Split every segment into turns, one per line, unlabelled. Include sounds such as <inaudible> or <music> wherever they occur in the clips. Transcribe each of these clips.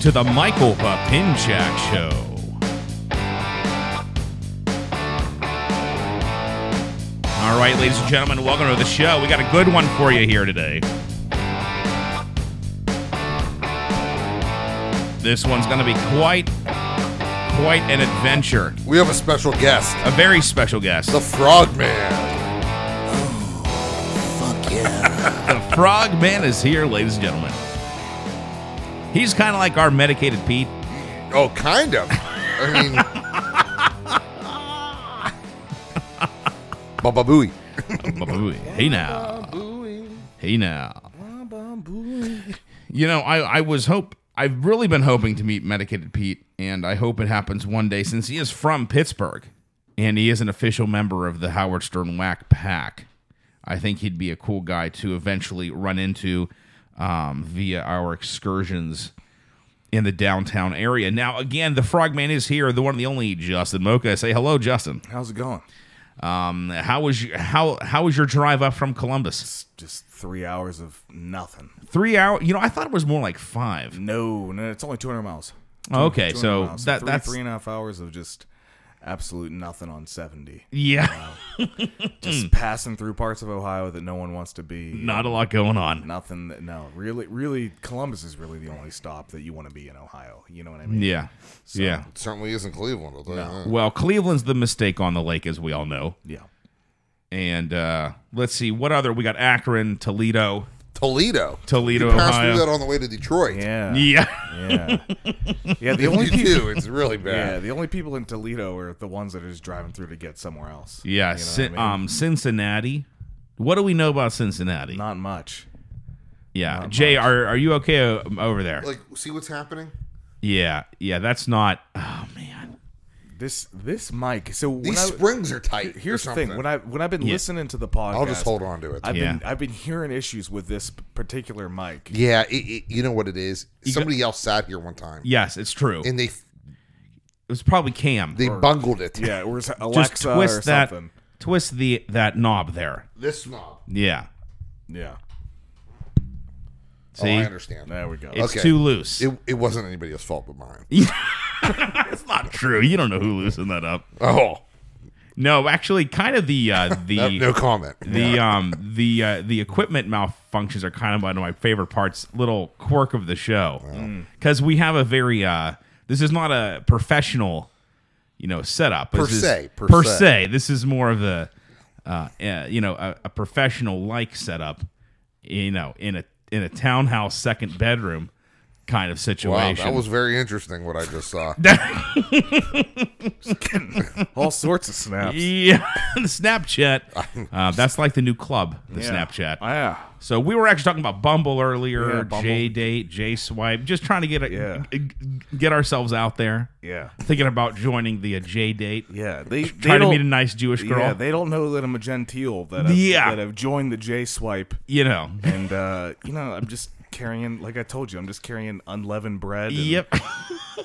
to the Michael Papinchak Show. All right, ladies and gentlemen, welcome to the show. We got a good one for you here today. This one's going to be quite, quite an adventure.
We have a special guest,
A very special guest,
the Frogman.
the Frogman is here, ladies and gentlemen. He's kind of like our medicated Pete. <laughs>
Oh, kind of. I
<laughs>
mean, Baba Booey.
hey now, hey now. You know, I I was hope I've really been hoping to meet medicated Pete, and I hope it happens one day since he is from Pittsburgh, and he is an official member of the Howard Stern Whack Pack. I think he'd be a cool guy to eventually run into um, via our excursions in the downtown area. Now, again, the Frogman is here, the one and the only Justin Mocha. Say hello, Justin.
How's it going?
Um, how was your, how how was your drive up from Columbus?
It's just three hours of nothing.
Three hour? You know, I thought it was more like five.
No, no, it's only 200 miles.
Okay,
200
so
miles.
that
three,
that's
three and a half hours of just absolute nothing on 70.
Mm. yeah,
Just passing through parts of Ohio that no one wants to be.
not a lot going on.
Nothing that, no, really, really, Columbus is really the only stop that you want to be in Ohio. You know what I mean?
Yeah, yeah.
It certainly isn't Cleveland. I'll tell you that.
Well, Cleveland's the mistake on the lake, as we all know.
Yeah.
And uh, let's see what other we got: Akron, Toledo,
Toledo.
Toledo,
You passed through that
Ohio.
on the way to Detroit.
Yeah. <laughs>
Yeah,
Yeah.
<laughs>
Yeah, the
If
<laughs> only
you
people.
do, it's really
Yeah,
bad.
the only people in Toledo are the ones that are just driving through to get somewhere else.
yeah.
You know
Cin-
what I mean?
Um, Cincinnati. What do we know about Cincinnati?
Not much.
yeah, Jay, are are you okay o- over there?
Like, see what's happening?
yeah, yeah. That's not. Oh man.
This this mic. So when
These
I,
springs are tight.
Here's
or
the thing:
something.
when I when I've been listening to the podcast,
I'll just hold on to it.
I've been
Yeah.
I've been hearing issues with this particular mic.
yeah, it, it, you know what it is. Somebody else sat here one time,
Yes, it's true.
and they
It was probably Cam.
they bungled it.
Yeah, or is it
<laughs>
Alexa
Just twist
or
that,
something.
twist the that knob there.
This Oh, knob.
Yeah,
Yeah,
Oh,
see,
I understand.
there we go.
it's
Okay.
too loose.
It, it wasn't anybody else's fault but mine.
It's not true. You don't know who loosened that up.
<laughs> Oh,
No, actually, kind of the
<laughs>
uh,
no,
the
no comment.
the um the uh, the equipment malfunctions are kind of one of my favorite parts. Little quirk of the show because we have a very uh this is not a professional you know setup
Per
This is-
se, per
per
se.
se. This is more of a uh, uh you know a, a professional like setup you know in a in a townhouse second bedroom kind of
Wow,
situation.
that was very interesting what I just saw.
<laughs>
<laughs>
All sorts of
<laughs>
snaps.
yeah, the Snapchat. Uh, that's like the new club, the
Yeah.
Snapchat.
Yeah,
So we were actually talking about Bumble earlier,
Yeah, Bumble.
J date, J swipe, just trying to get a,
Yeah.
g- g- get ourselves out there.
yeah,
Thinking about joining the uh, J date,
yeah. They they
trying to
don't,
meet a nice Jewish girl.
Yeah, they don't know that I'm a genteel that I've,
Yeah.
that have joined the J swipe,
you
<laughs>
know.
and uh, you know I'm just carrying like I told you I'm just carrying unleavened bread. And,
Yep.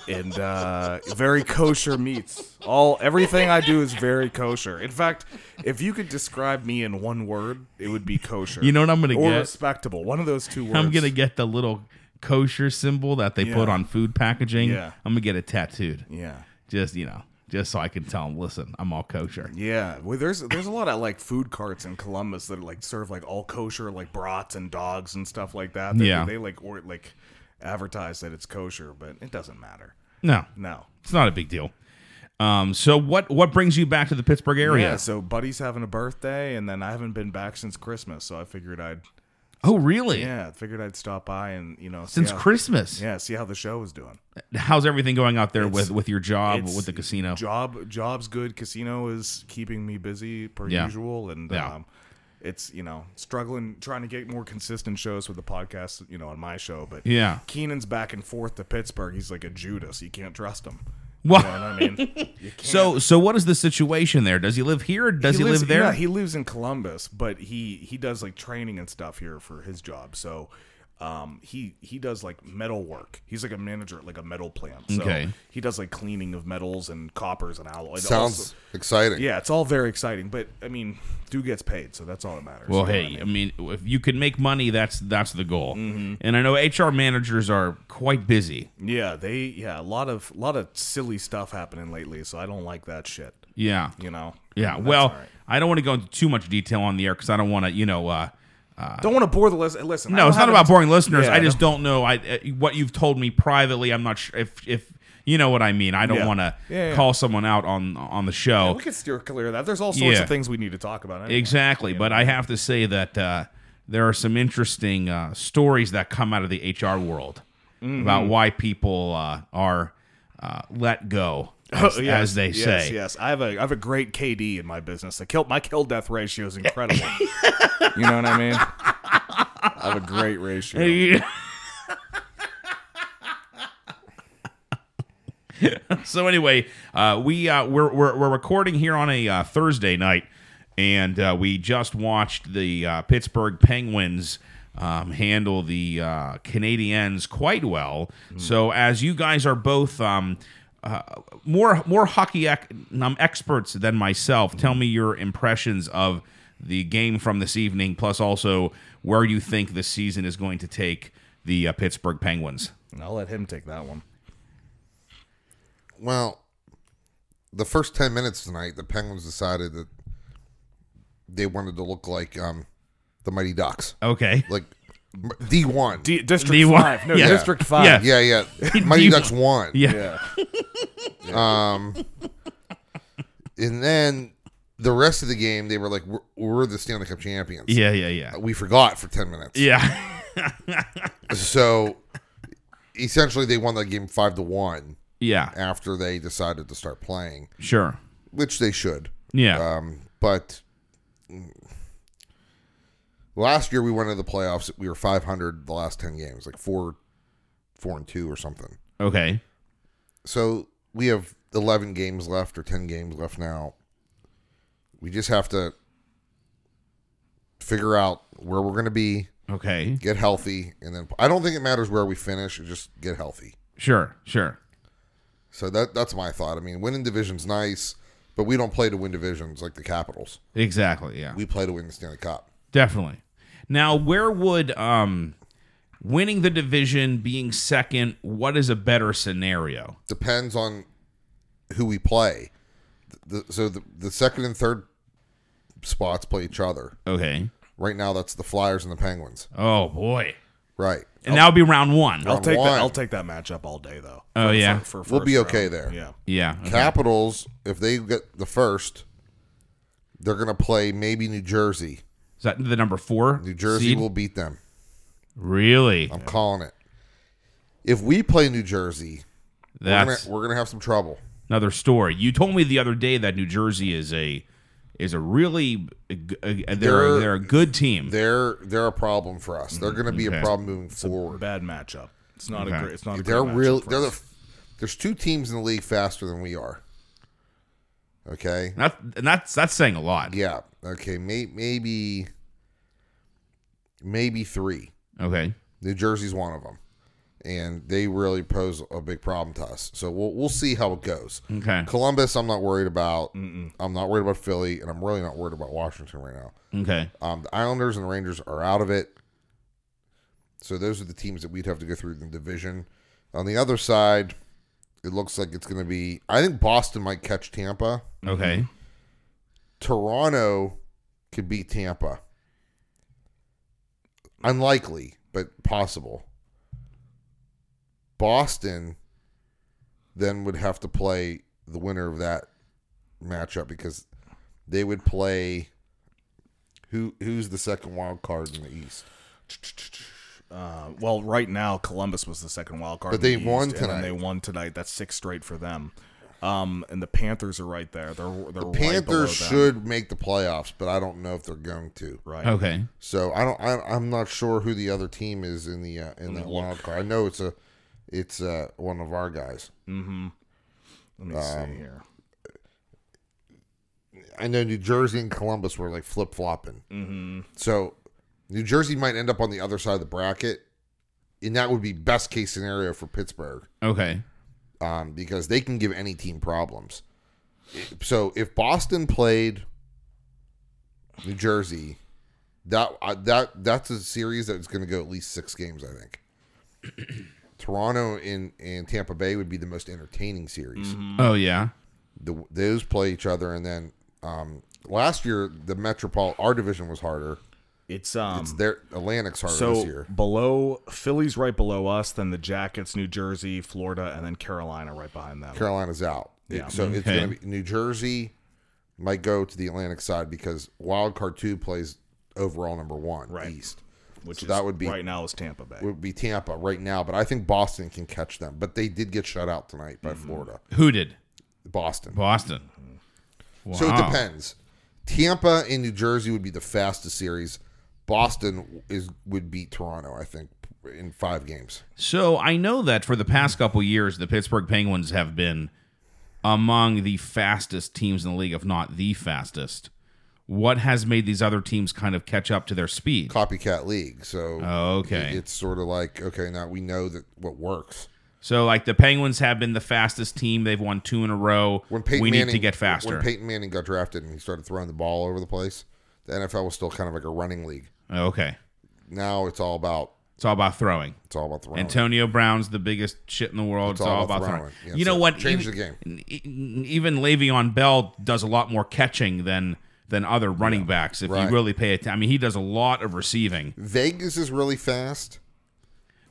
and uh, very kosher meats. All everything I do is very kosher. In fact, if you could describe me in one word, it would be kosher.
You know what I'm gonna
or
get?
respectable. One of those two words.
<laughs> I'm gonna get the little kosher symbol that they put
Yeah.
on food packaging.
Yeah.
I'm gonna get it tattooed.
yeah.
Just you know, just so I can tell them, listen, I'm all kosher.
Yeah, well, there's there's a lot of like food carts in Columbus that like serve like all kosher like brats and dogs and stuff like that. They,
Yeah.
they like or like advertise that it's kosher, but it doesn't matter.
No,
No.
it's not a big deal. Um, so what what brings you back to the Pittsburgh area?
Yeah. So Buddy's having a birthday, and then I haven't been back since Christmas, so I figured I'd
Oh, really?
yeah, I figured I'd stop by and you know see
Since
how-
Christmas.
Yeah, see how the show is doing.
How's everything going out there with
It's-
with your job
it's-
with the casino?
Job job's good. Casino is keeping me busy per
Yeah.
usual, and
Yeah.
um, it's you know struggling trying to get more consistent shows with the podcast. You know, on my show, but
Yeah.
Keenan's back and forth to Pittsburgh. He's like a Judas. You can't trust him.
Well-
You know what I mean? You can't.
<laughs> So so what is the situation there? Does he live here? Or does he,
lives-
live there?
Yeah, he lives in Columbus, but he he does like training and stuff here for his job. So Um, he he does like metal work. He's like a manager at like a metal plant. So
Okay.
He does like cleaning of metals and coppers and alloys.
Sounds
Also-
exciting.
yeah, it's all very exciting, but I mean, dude gets paid, so that's all that matters.
Well,
You know what I
hey,
mean?
I mean, if you can make money, that's that's the goal.
Mm-hmm.
And I know HR managers are quite busy.
yeah, they yeah, a lot of lot of silly stuff happening lately, so I don't like that shit.
Yeah,
You know.
yeah.
That's
well,
all right.
I don't want to go into too much detail on the air because I don't want to, you know. Uh,
don't want to bore the listen. Listen, I
no,
don't
it's not
have
about
a-
boring listeners.
Yeah,
I just don't know. I uh, what you've told me privately, I'm not sure if if you know what I mean. I don't
Yeah.
want to
Yeah, yeah.
call someone out on on the show.
We could steer clear of that. There's all sorts
Yeah.
of things we need to talk about. anyway.
Exactly, but I have to say that uh, there are some interesting uh, stories that come out of the HR world
Mm-hmm.
about why people uh, are uh, let go, as,
Oh, Yes,
as they
yes,
say.
Yes, I have a I have a great KD in my business. The kill my kill death
<laughs>
ratio is incredible. you know what I mean? I have a great ratio.
<laughs> so anyway, uh, we uh, we're, we're we're recording here on a uh, Thursday night, and uh, we just watched the uh, Pittsburgh Penguins. Um, handle the uh, Canadians quite well. So as you guys are both um, uh, more more hockey ec- um, experts than myself, tell me your impressions of the game from this evening, plus also where you think the season is going to take the uh, Pittsburgh Penguins.
And I'll let him take that one.
Well, the first ten minutes tonight, the Penguins decided that they wanted to look like um, the Mighty Ducks,
Okay.
like D one.
D- District
D one.
Five. No,
Yeah.
District Five.
Yeah.
yeah, yeah, Mighty
D1.
Ducks one.
Yeah.
and then the rest of the game, they were like, "We're, we're the Stanley Cup champions."
Yeah, yeah, yeah.
we forgot for ten minutes.
Yeah.
So essentially, they won that game five to one
<laughs> Yeah.
after they decided to start playing,
Sure.
which they should.
Yeah.
Um, but mm, last year we went into the playoffs. We were five hundred the last ten games, like four, four and two or something.
okay.
So we have eleven games left or ten games left now. We just have to figure out where we're going to be,
Okay.
get healthy, and then I don't think it matters where we finish. Just get healthy.
Sure. Sure.
So that that's my thought. I mean, winning divisions nice, but we don't play to win divisions like the Capitals.
Exactly. Yeah.
We play to win the Stanley Cup.
Definitely. Now, where would um winning the division, being second, what is a better scenario?
Depends on who we play. The, so the, the second and third spots play each other.
Okay.
Right now, that's the Flyers and the Penguins.
Oh boy.
Right.
And that would be round one.
I'll take
one.
that. I'll take that matchup all day though.
Oh,
For-
yeah.
for, for
We'll be
first
okay
round.
there.
Yeah.
Yeah. okay.
Capitals, if they get the first, they're going to play maybe New Jersey.
Is that the number four?
New Jersey
seed?
will beat them.
really.
I'm calling it. If we play New Jersey, we're gonna-
That's
we're going to have some trouble.
another story. You told me the other day that New Jersey is a is a really a g- a- they're
They're-
they're a good team.
They're they're a problem for us. They're going to be
Okay.
a problem moving forward.
Bad matchup. It's not
Okay.
a great. It's not. A
They're
great matchup
real.
for
They're
us.
the. There's two teams in the league faster than we are. Okay.
That, and that's that's saying a lot.
Yeah. Okay. May, maybe. Maybe three.
Okay.
New Jersey's one of them, and they really pose a big problem to us. So we'll we'll see how it goes.
Okay.
Columbus, I'm not worried about. I'm not worried about Philly, and I'm really not worried about Washington right now.
Okay.
Um, the Islanders and Rangers are out of it. So those are the teams that we'd have to go through in the division. On the other side, it looks like it's going to be. I think Boston might catch Tampa.
Okay.
Toronto could beat Tampa. Unlikely, but possible. Boston then would have to play the winner of that matchup because they would play who who's the second wild card in the East.
Uh, well, right now Columbus was the second wild card,
But
in the
they won
East, and then
tonight.
they won tonight. That's six straight for them. Um, and the Panthers are right there. They're they're the
Panthers
right below them.
should make the playoffs, but I don't know if they're going to.
right.
Okay.
So I don't. I, I'm not sure who the other team is in the uh, in that wild card. I know it's a, it's uh, one of our guys.
Mm-hmm. Let me
Um,
see here.
I know New Jersey and Columbus were like flip flopping. Mm-hmm. So New Jersey might end up on the other side of the bracket, and that would be best case scenario for Pittsburgh
Okay.
um, because they can give any team problems. So if Boston played New Jersey, that uh, that that's a series that's going to go at least six games. I think <clears throat> Toronto and and Tampa Bay would be the most entertaining series.
Oh yeah.
The, those play each other, and then um, last year the Metropol our division was harder.
It's um
It's their Atlantic's harder this
so
year.
below Philly's right below us, then the Jackets, New Jersey, Florida, and then Carolina right behind them.
Carolina's out. It-
Yeah.
so it's
Okay.
going to be New Jersey might go to the Atlantic side because wild card two plays overall number one
Right.
East.
which
so
is,
that would be-
right now is Tampa Bay.
Would be Tampa right now, but I think Boston can catch them. But they did get shut out tonight by
Mm-hmm.
Florida,
Who did?
Boston.
Boston.
So it
Wow.
depends. Tampa and New Jersey would be the fastest series. Boston is would beat Toronto, I think, in five games.
So I know that for the past couple years, the Pittsburgh Penguins have been among the fastest teams in the league, if not the fastest. What has made these other teams kind of catch up to their speed?
Copycat league. So
Oh, okay.
it's sort of like okay, now we know that what works.
So, like the Penguins have been the fastest team; they've won two in a row.
when Peyton
we
Manning,
need to get faster.
When Peyton Manning got drafted and he started throwing the ball over the place, the NFL was still kind of like a running league.
okay,
Now it's all about
it's all about throwing.
it's all about throwing.
Antonio Brown's the biggest shit in the world. It's, all, about, throwing.
Yeah,
you
so
know what?
change
even,
the game.
e- Even Le'Veon Bell does a lot more catching than than other running backs. If
right.
you really pay attention, I mean, he does a lot of receiving.
Vegas is really fast.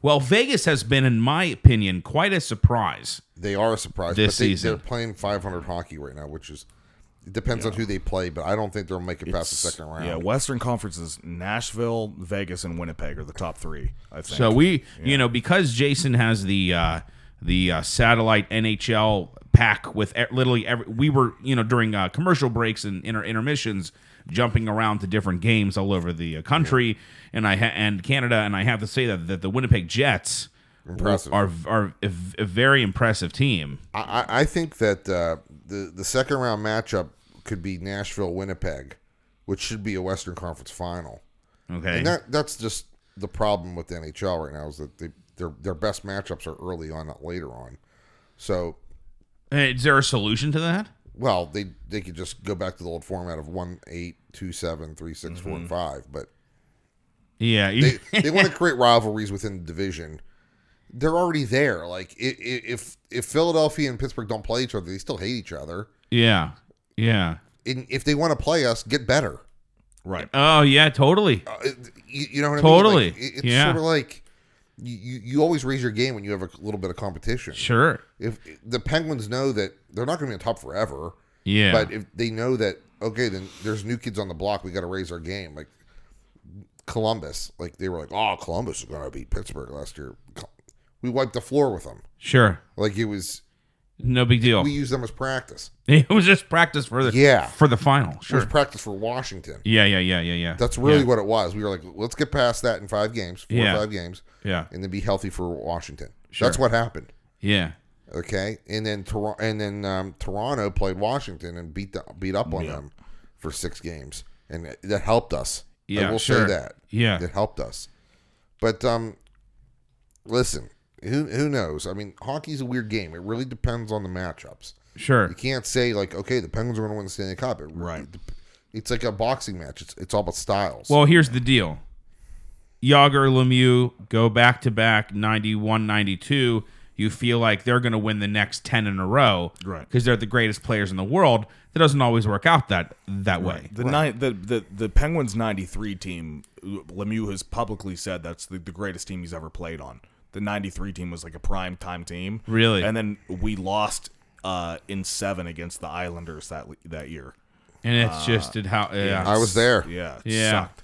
Well, Vegas has been, in my opinion, quite a surprise.
They are a surprise.
This
but they,
season.
they're playing 500 hockey right now, which is it depends on who they play, but I don't think they'll make it past the second round.
Yeah, Western Conferences, Nashville, Vegas, and Winnipeg are the top three. I think.
So we, you know, because Jason has the uh, the uh, satellite NHL pack with e- literally every. We were, you know, during uh, commercial breaks and inter- intermissions, jumping around to different games all over the uh, country, and I ha- and Canada, and I have to say that that the Winnipeg Jets
Impressive.
are are a, v- a very impressive team.
I, I- I think that uh, the the second round matchup could be Nashville Winnipeg, which should be a Western Conference final.
Okay,
And that that's just the problem with the NHL right now is that they, their their best matchups are early on, not later on. So,
Hey, is there a solution to that?
well, they they could just go back to the old format of one eight two seven three six four
Mm-hmm.
and five, but
Yeah, you- <laughs>
they, they want to create rivalries within the division. They're already there. Like i- i- if if Philadelphia and Pittsburgh don't play each other, they still hate each other.
yeah, yeah.
And if they want to play us, get better.
right.
Oh yeah, totally.
Uh, it- you, you know what I mean?
Totally.
Like, it- it's
Yeah.
sort of like you, you you always raise your game when you have a little bit of competition.
Sure.
if the Penguins know that they're not going to be on top forever,
Yeah.
but if they know that okay, then there's new kids on the block, we got to raise our game. Like Columbus, like they were like, oh, Columbus is going to beat Pittsburgh last year. We wiped the floor with them.
sure.
Like it was,
No big deal.
we used them as practice.
<laughs> It was just practice for the
Yeah.
for the final.
It was
Sure.
practice for Washington.
Yeah, yeah, yeah, yeah, yeah.
That's really
yeah.
what it was. We were like, let's get past that in five games, four
Yeah.
or five games,
Yeah,
and then be healthy for Washington.
Sure.
That's what happened.
yeah.
Okay, and then Tor- and then um, Toronto played Washington and beat the, beat up on them for six games, and that- that helped us.
Yeah,
I will
sure.
say that.
Yeah.
it helped us. But um, listen, who who knows? I mean, hockey's a weird game. It really depends on the matchups.
Sure.
You can't say like, okay, the Penguins are going to win the Stanley Cup. It,
Right.
It's like a boxing match. It's it's all about styles.
Well, here's the deal. Yager, Lemieux go back to back 91 92. You feel like they're going to win the next 10 in a row
Right.
because they're the greatest players in the world. That doesn't always work out that that way.
The, ni- the the the Penguins '93 team, Lemieux has publicly said that's the, the greatest team he's ever played on. The '93 team was like a prime time team,
Really?
And then we lost uh, in seven against the Islanders that that year.
And it's just it how yeah.
Uh, I was there.
Yeah, it
Yeah.
sucked.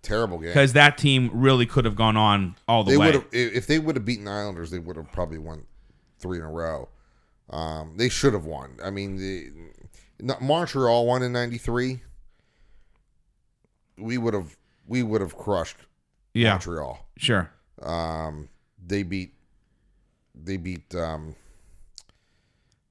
Terrible game.
Cuz that team really could have gone on all the
They
way.
would have if they would have beaten the Islanders, they would have probably won three in a row. Um, they should have won. I mean, the not, Montreal won in '93. We would have we would have crushed
Yeah.
Montreal.
Sure.
Um, they beat they beat um,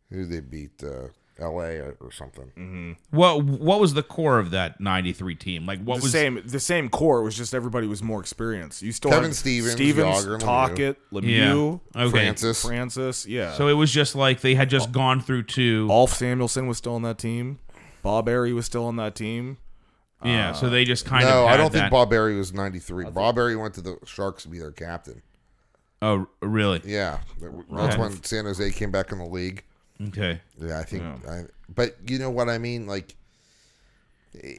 who they beat uh, L.A. or, or something.
Mm-hmm. What what was the core of that '93 team? Like what
the
was
same the same core. It was just everybody was more experienced. You still
Kevin
had
Stevens,
Stevens,
Yager, and
Talkett,
Yeah.
Lemieux,
Okay.
Francis.
Francis. Yeah.
So it was just like they had just gone through two.
Alf Samuelson was still on that team. Bob Airy was still on that team.
yeah. So they just kind of.
No,
Had
I don't
that.
think Bob Berry was 93. Bob Berry went to the Sharks to be their captain.
Oh, really?
Yeah. That- That's when San Jose came back in the league.
Okay.
Yeah, I think. I, but you know what I mean? Like, eh,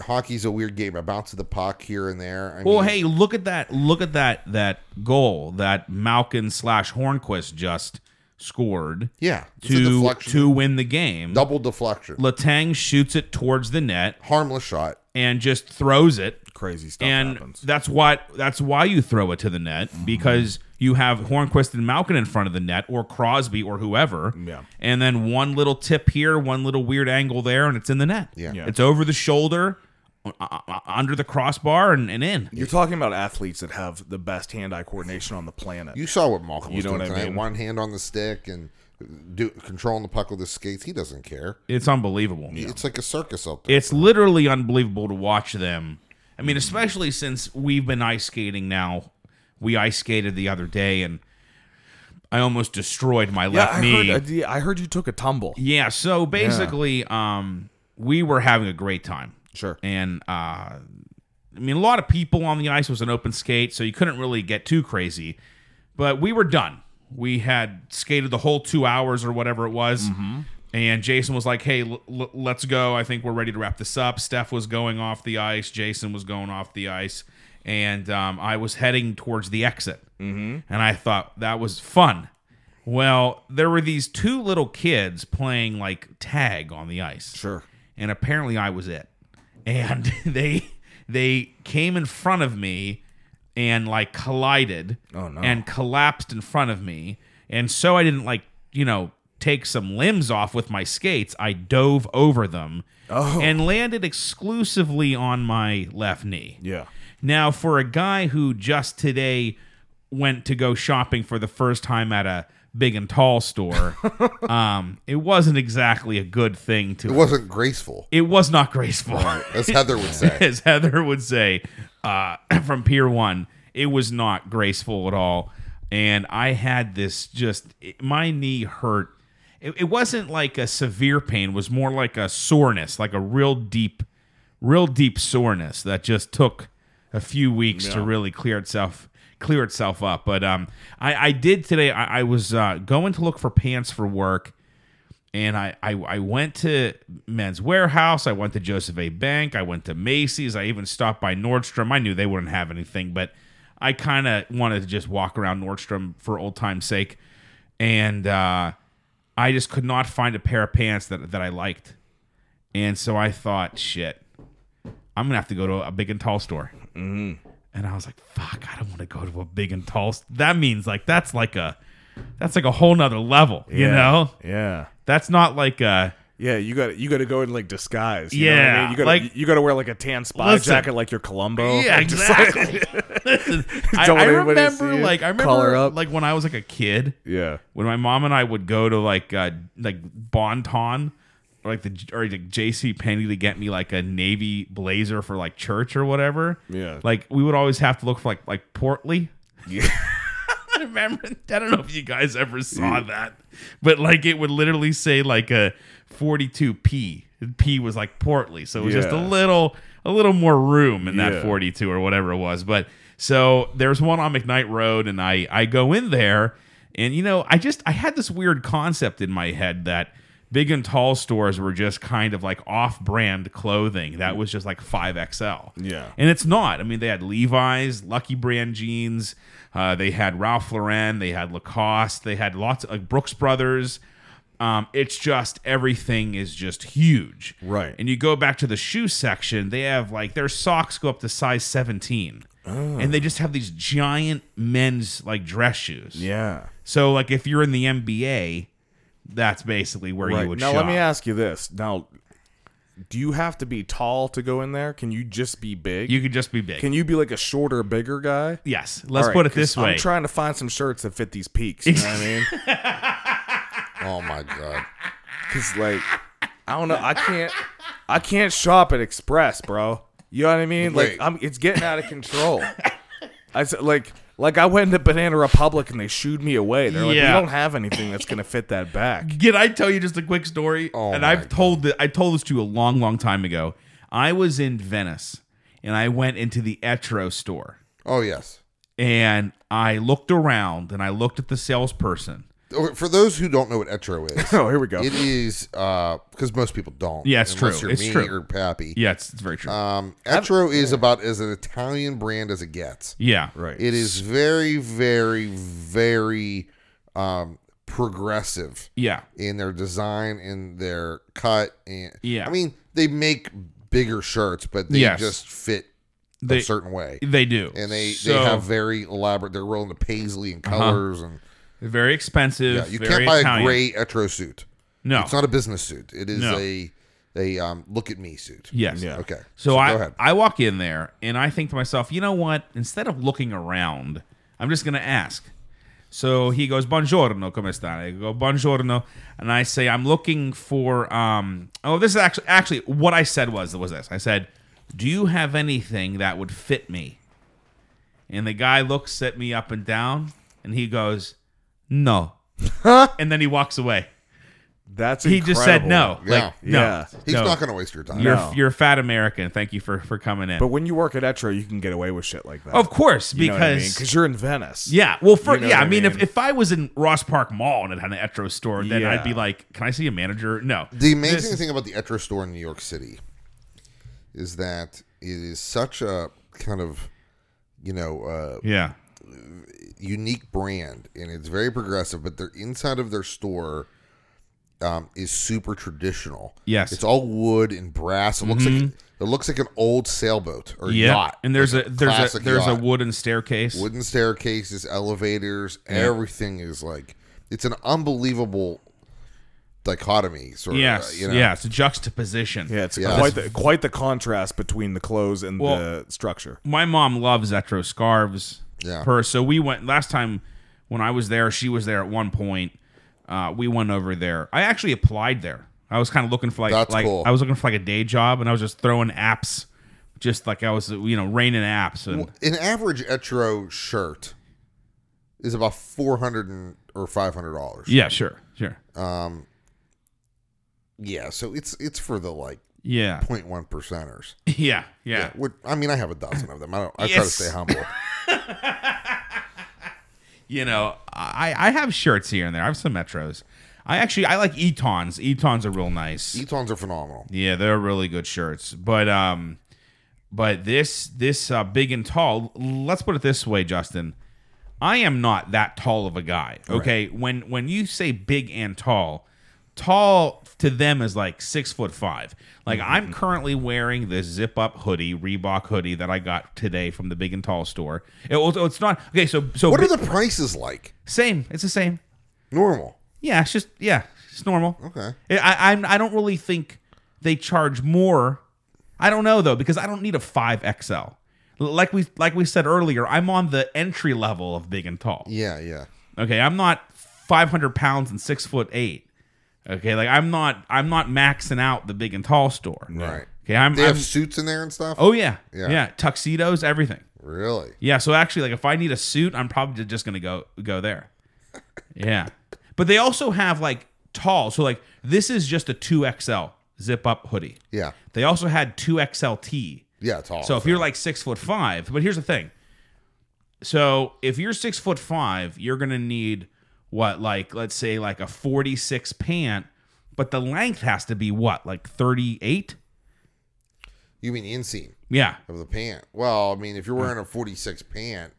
hockey's a weird game. I bounce the puck here and there. I
Well,
mean,
hey, look at that! Look at that! That goal that Malkin slash Hornquist just scored
Yeah. It's a
to
deflection.
to win the game.
double deflection.
Latang shoots it towards the net
Harmless shot.
and just throws it,
Crazy stuff
and
happens. Mm-hmm.
that's what that's why you throw it to the net because you have Hornquist and Malkin in front of the net or Crosby or whoever.
Yeah.
And then one little tip here, one little weird angle there, and it's in the net.
Yeah.
Yeah.
It's over the shoulder, u- u- under the crossbar, and, and in.
You're talking about athletes that have the best hand-eye coordination on the planet.
You saw what Malcolm
You
was
know
doing
what I
tonight.
mean?
One hand on the stick and do, controlling the puck with his skates. He doesn't care.
It's unbelievable.
It's like a circus out there.
It's literally unbelievable to watch them. I mean, especially since we've been ice skating now. We ice skated the other day, and I almost destroyed my
yeah,
left
I
knee.
heard, I heard you took a tumble.
Yeah, so basically, um, we were having a great time.
Sure.
And uh, I mean, a lot of people on the ice It was an open skate, so you couldn't really get too crazy. But we were done. We had skated the whole two hours or whatever it was. And Jason was like, "Hey, l- l- let's go. I think we're ready to wrap this up." Steph was going off the ice. Jason was going off the ice, and um, I was heading towards the exit. Mm-hmm. And I thought that was fun. Well, there were these two little kids playing like tag on the ice.
Sure.
And apparently I was it. And <laughs> they they came in front of me and like collided
Oh, no.
and collapsed in front of me. And so I didn't like, you know, take some limbs off with my skates. I dove over them
Oh.
and landed exclusively on my left knee.
Yeah.
Now, for a guy who just today went to go shopping for the first time at a big and tall
<laughs>
store, um, it wasn't exactly a good thing to.
It wasn't graceful,
It was not graceful,
as Heather would
<laughs>
say.
<laughs> as Heather would say uh, <clears throat> from Pier One. It was not graceful at all, and I had this just it- my knee hurt. It, it wasn't like a severe pain; it was more like a soreness, like a real deep, real deep soreness that just took a few weeks to really clear itself clear itself up. But um, I, I did today. I, I was uh, going to look for pants for work, and I, I I went to Men's Warehouse. I went to Joseph A. Bank. I went to Macy's. I even stopped by Nordstrom. I knew they wouldn't have anything, but I kind of wanted to just walk around Nordstrom for old time's sake, and uh, I just could not find a pair of pants that that I liked, and so I thought, shit, I'm gonna have to go to a big and tall store. And I was like, fuck, I don't want to go to a big and tall. s- That means like that's like a that's like a whole nother level, you
Yeah.
know?
Yeah.
That's not like uh, a
Yeah, you got you got to go in like disguise. You know what I
Yeah,
mean? you got
like-
you got to wear like a tan spy
Listen.
jacket, <laughs> like your Columbo.
yeah,
Just
exactly. <laughs> Listen, I,
<laughs> Don't
I
want anybody to
remember
see you.
like I
Collar
remember
up.
like when I was like a kid
yeah,
when my mom and I would go to like uh like Bonton or like the or like JC Penney to get me like a navy blazer for like church or whatever.
Yeah.
Like we would always have to look for like like Portly. <laughs> I remember I don't know if you guys ever saw that. But like it would literally say like a 42p. P was like portly, so it was just a
Yeah.
little a little more room in that
Yeah.
42 or whatever it was. But so there's one on McKnight Road and I I go in there and you know, I just I had this weird concept in my head that big and tall stores were just kind of like off-brand clothing that was just like 5XL.
Yeah.
And it's not. I mean, they had Levi's, Lucky Brand jeans. Uh, they had Ralph Lauren. They had Lacoste. They had lots of like, Brooks Brothers. Um, it's just everything is just huge.
Right.
And you go back to the shoe section, they have like their socks go up to size 17. And they just have these giant men's like dress shoes.
yeah.
So, like, if you're in the NBA, that's basically where
Right.
you would
now,
shop.
let me ask you this. Now, do you have to be tall to go in there? Can you just be big?
you could just be big.
Can you be like a shorter, bigger guy?
yes. Let's
All right,
put it
'cause
this way.
I'm trying
<laughs>
to find some shirts that fit these peaks. You know what I mean?
Oh my god.
Cause like I don't know, I can't I can't shop at Express, bro. You know what I mean? Like
Wait.
I'm it's getting out of control. I said like like I went to Banana Republic and they shooed me away. They're like,
Yeah.
we don't have anything that's gonna fit that back.
Did I tell you just a quick story?
Oh
and
my
I've told the, I told this to you a long, long time ago. I was in Venice and I went into the Etro store
Oh yes.
and I looked around and I looked at the salesperson.
Oh, For those who don't know what etro
<laughs>
is,
<laughs> Oh, here we go.
it is because most people don't.
Yeah, it's
unless
true.
You're
It's
me
true.
Or Pappy.
Yeah, it's, it's very true.
Uh,
Um, etro is about as an Italian brand as it gets.
yeah,
right.
It is very, very, very um, progressive
Yeah,
in their design, in their cut, and
Yeah.
I mean, they make bigger shirts, but they
Yes.
just fit
They-
a certain way,
they do.
and they
So,
they have very elaborate. They're rolling the paisley and colors, and
very expensive.
yeah, you
very
can't buy
Italian.
a gray etro suit.
No.
It's not a business suit. It is
No.
a a um, look at me suit.
yes.
Yeah.
Okay.
So,
go
I
ahead.
I walk in there and I think to myself, you know what? Instead of looking around, I'm just gonna ask. So he goes, "Buongiorno, come sta?" I go, "Buongiorno," and I say, "I'm looking for." Um, oh, this is actually actually what I said was was this. I said, "Do you have anything that would fit me?" And the guy looks at me up and down, and he goes, "No," and then he walks away.
That's
He just said no,
incredible.
like
Yeah.
no.
Yeah.
He's
no.
not going to waste your time.
You're
No.
you're a fat American. Thank you for for coming in.
But when you work at Etro, you can get away with shit like that.
Of course, because
you know what I mean? 'Cause you're in Venice.
yeah. Well, for
You know
yeah, I
what I
mean, if,
mean?
if I was in Ross Park Mall and it had an Etro store, then
Yeah.
I'd be like, "Can I see a manager?" No.
The amazing
This-
thing about the Etro store in New York City is that it is such a kind of, you know, uh,
yeah.
unique brand, and it's very progressive. But their inside of their store um, is super traditional.
Yes. Mm-hmm.
it's all wood and brass. It looks like it looks like an old sailboat or
Yeah.
yacht.
and there's a
like
there's a
classic
there's
yacht.
a wooden staircase.
wooden staircases, elevators, everything is like it's an unbelievable dichotomy. Sort
yes.
of, uh, you know?
Yeah. It's a juxtaposition.
Yeah, it's
Yeah.
quite the quite the contrast between the clothes and
Well-
the structure.
my mom loves Etro scarves.
Yeah.
Per so we went last time when I was there, she was there at one point. Uh, we went over there. I actually applied there. I was kind of looking for like,
That's
like
cool.
I was looking for like a day job, and I was just throwing apps, just like I was you know raining apps. And
An average Etro shirt is about four hundred and or five hundred dollars.
yeah, sure, sure,
Um. Yeah, so it's it's for the like
yeah, <laughs>
0.1 percenters.
yeah, yeah.
Which, I mean, I have a dozen of them. I don't. I try to
Yes.
stay
<laughs>
humble.
You know, I I have shirts here and there. I have some Metros. I actually I like Etons. Etons are real nice.
Etons are phenomenal.
Yeah, they're really good shirts. But um but this this uh, big and tall, let's put it this way, Justin. I am not that tall of a guy. Okay. When when you say big and tall, tall to them is like six foot five. Like I'm currently wearing this zip up hoodie, Reebok hoodie that I got today from the big and tall store. It, well, it's not okay, so so
What
bi-
are the prices like?
same. It's the same.
Normal.
Yeah, it's just yeah, it's normal.
Okay.
I I I'm- I don't really think they charge more. I don't know though because I don't need a five XL. Like we like we said earlier, I'm on the entry level of big and tall.
Yeah, yeah.
Okay, I'm not 500 pounds and six foot eight. Okay, like I'm not I'm not maxing out the big and tall store.
Right.
Okay, I'm.
They
I'm
have suits in there and stuff.
oh yeah,
Yeah.
yeah, yeah, tuxedos, everything.
really?
Yeah, so actually, like if I need a suit, I'm probably just gonna go go there. Yeah, but they also have like tall. So like this is just a two XL zip up hoodie.
Yeah,
They also had two XLT.
yeah. It's all.
So if you're like six foot five, but here's the thing. So if you're six foot five, you're gonna need what like let's say like a 46 pant, but the length has to be what like 38.
you mean inseam.
Yeah.
of the pant. Well, I mean, if you're wearing a 46 pant,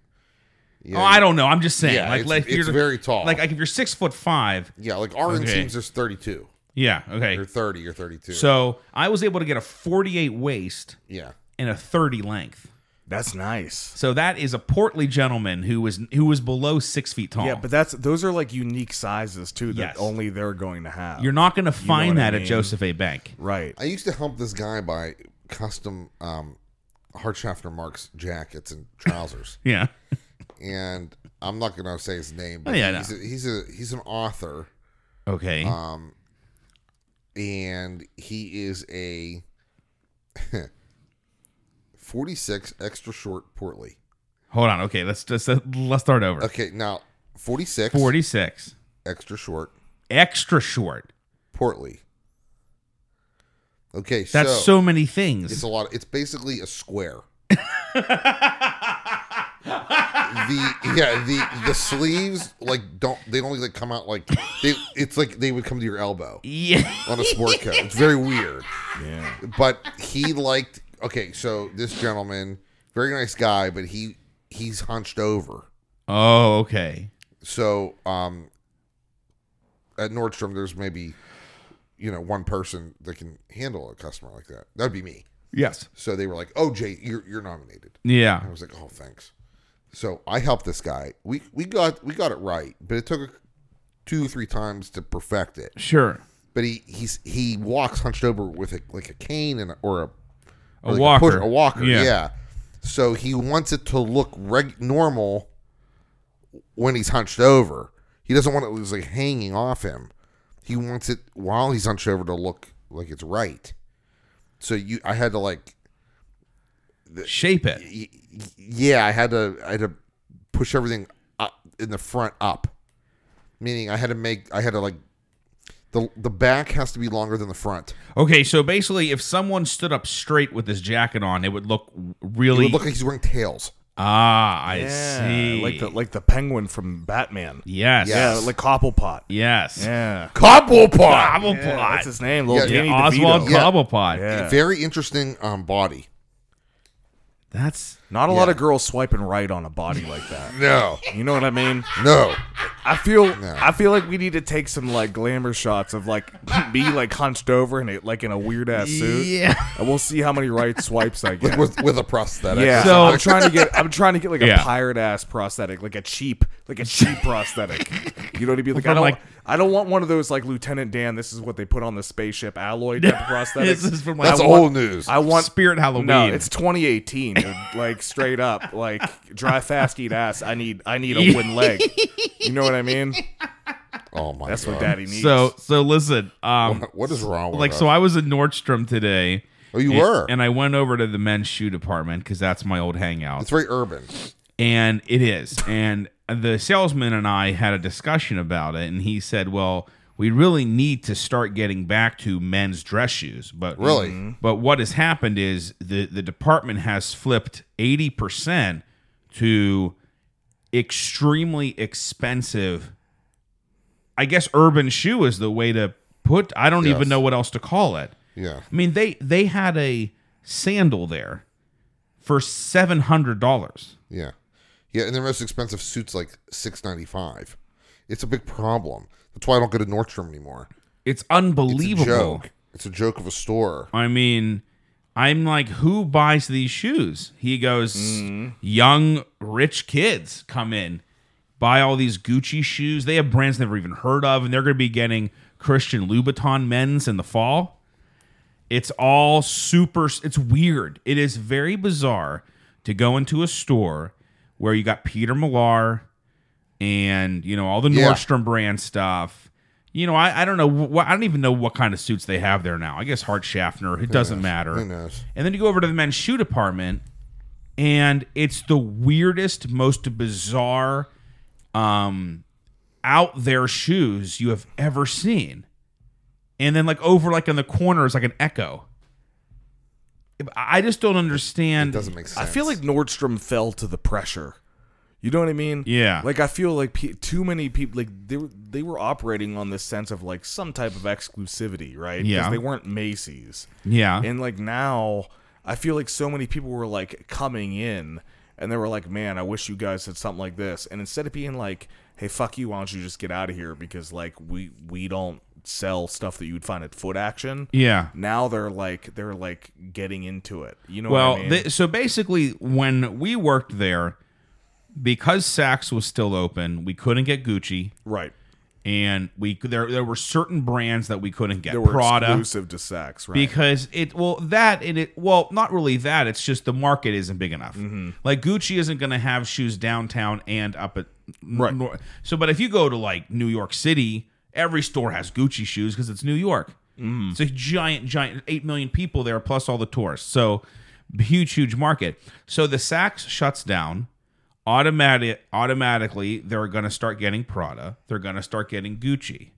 yeah,
Oh, I don't know. I'm just saying.
Yeah,
like,
it's-
like if
it's
you're-
very tall.
Like, like if you're six foot five,
yeah, like our
Okay.
inseams is 32
yeah. Okay.
or 30 or 32.
So I was able to get a 48 waist
yeah,
and a 30 length.
That's nice.
So that is a portly gentleman who was who was below six feet tall.
Yeah, but that's those are like unique sizes too that
Yes.
only they're going to have.
you're not going to find
what I
that
mean.
at Joseph A. Bank.
right.
I used to help this guy buy custom um, Hartschaffner Marks jackets and trousers,
Yeah, <laughs>
and I'm not gonna say his name, but
Oh, yeah, I
he's, a, he's a he's an author.
okay.
Um, and he is a <laughs> 46 extra short portly.
Hold on. Okay, let's just let's start over.
Okay, now 46
Forty-six,
extra short
extra short.
portly. Okay,
That's
so,
so, many things.
it's a lot. It's basically
<laughs>
a square. the yeah the the sleeves like don't they only like come out like they it's like they would come to your elbow
yeah. <laughs>
on a sport coat. It's very weird.
Yeah.
but he liked okay so this gentleman very nice guy but he he's hunched over
Oh, okay.
so um at nordstrom there's maybe you know one person that can handle a customer like that that'd be me
Yes.
so they were like oh jay you're, you're nominated
Yeah.
i was like oh thanks so i helped this guy we we got we got it right but it took two three times to perfect it
Sure.
but he he's he walks hunched over with a, like a cane and a, or a
A
or like
walker.
push- a walker,
Yeah.
yeah. So he wants it to look reg- normal when he's hunched over. He doesn't want it was like hanging off him. He wants it while he's hunched over to look like it's right. So you, I had to like,
Shape it.
y- y- yeah, I had to, I had to push everything up in the front up, meaning I had to make, I had to like, the the back has to be longer than the front.
Okay, so basically, if someone stood up straight with this jacket on, it would look
It
really.
would look like he's wearing tails.
ah, I
Yeah,
see.
Like the like the penguin from Batman.
yes.
Yeah.
Yeah, like Cobblepot.
Yes.
Yeah.
Cobblepot.
Cobblepot.
Yeah, that's his name,
Yeah,
little
Yeah,
Danny
Oswald
DeVito.
Yeah.
Cobblepot.
Yeah.
Very interesting um, body.
That's
Not a lot of girls swiping right on a body like that.
No,
You know what I mean?
no.
I feel I feel like we need to take some like glamour shots of like <laughs> me like hunched over and it like in a weird ass suit.
yeah.
And we'll see how many right swipes I get.
with with a prosthetic.
yeah,
So-
I'm trying to get I'm trying to get like
Yeah.
a pirate ass prosthetic, like a cheap, like a cheap prosthetic. You know what I mean? Like I
From,
don't
like-
I don't want one of those like Lieutenant Dan. This is what they put on the spaceship alloy type prosthetics.
<laughs> This is from like
That's
I
old
want-
news.
I want
Spirit Halloween.
No, it's 2018. dude. like straight up, like dry fast eat ass. I need I need a
<laughs> Yeah.
wooden leg. You know what I mean?
oh my
That's
god.
what Daddy needs.
so so. Listen, um,
<laughs> What is wrong with
like so,
us?
I was in Nordstrom today.
oh, you
and-
were.
and I went over to the men's shoe department because that's my old hangout.
it's very urban.
And it is. And the salesman and I had a discussion about it, and he said, "Well, we really need to start getting back to men's dress shoes." But
Really? Mhm.
but what has happened is the the department has flipped eighty percent to extremely expensive. I guess urban shoe is the way to put. I don't
Yes.
even know what else to call it.
Yeah.
I mean they they had a sandal there for seven hundred dollars.
Yeah. Yeah, and their most expensive suits like six ninety five. It's a big problem. That's why I don't go to Nordstrom anymore.
It's
It's a
unbelievable.
joke. It's a joke of a store.
I mean, I'm like, who buys these shoes? He goes, Mm-hmm. young rich kids come in, buy all these Gucci shoes. They have brands never even heard of, and they're going to be getting Christian Louboutin men's in the fall. It's all super. It's weird. It is very bizarre to go into a store where you got Peter Millar and you know all the
Yeah.
Nordstrom brand stuff. You know, I, I don't know. What, I don't even know what kind of suits they have there now. I guess Hart Schaffner. It doesn't matter.
Who knows?
And then you go over to the men's shoe department, and it's the weirdest, most bizarre, um, out there shoes you have ever seen. And then like over like in the corner is like an echo. I I just don't understand.
It doesn't make
I
sense.
feel like Nordstrom fell to the pressure. You know what I mean?
Yeah.
Like I feel like pe- too many people like they were they were operating on this sense of like some type of exclusivity, right? 'Cause
Yeah.
they weren't Macy's.
yeah.
And like now, I feel like so many people were like coming in and they were like, man, I wish you guys had something like this. And instead of being like, hey, fuck you, why don't you just get out of here? Because like we we don't sell stuff that you would find at Foot Action.
yeah.
Now they're like they're like getting into it. You know
Well,
what I mean?
th- so basically, when we worked there, because Saks was still open, we couldn't get Gucci,
right.
and we could- there there were certain brands that we couldn't get
They were
Prada
exclusive to Saks, right?
because it well that and it well not really that it's just the market isn't big enough.
Mm-hmm.
Like Gucci isn't going to have shoes downtown and up at
Right.
nor- so, but if you go to like New York City, every store has Gucci shoes because it's New York.
Mm-hmm.
It's a giant, giant, 8 million people there, plus all the tourists. So, huge, huge market. So, the Saks shuts down. Automatic, automatically, they're going to start getting Prada. They're going to start getting Gucci.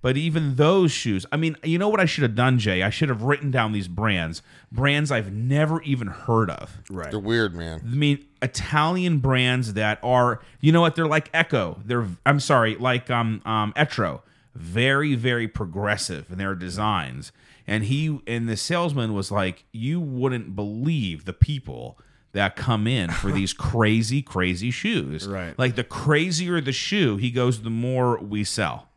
But even those shoes, I mean, you know what I should have done, Jay? I should have written down these brands, brands I've never even heard of.
Right.
They're weird, man.
I mean, Italian brands that are, you know what? They're like Echo. They're, I'm sorry, like um, um, Etro. Very, very progressive in their designs. And he and the salesman was like, you wouldn't believe the people that come in for these crazy, crazy shoes.
Right.
Like the crazier the shoe, he goes, the more we sell.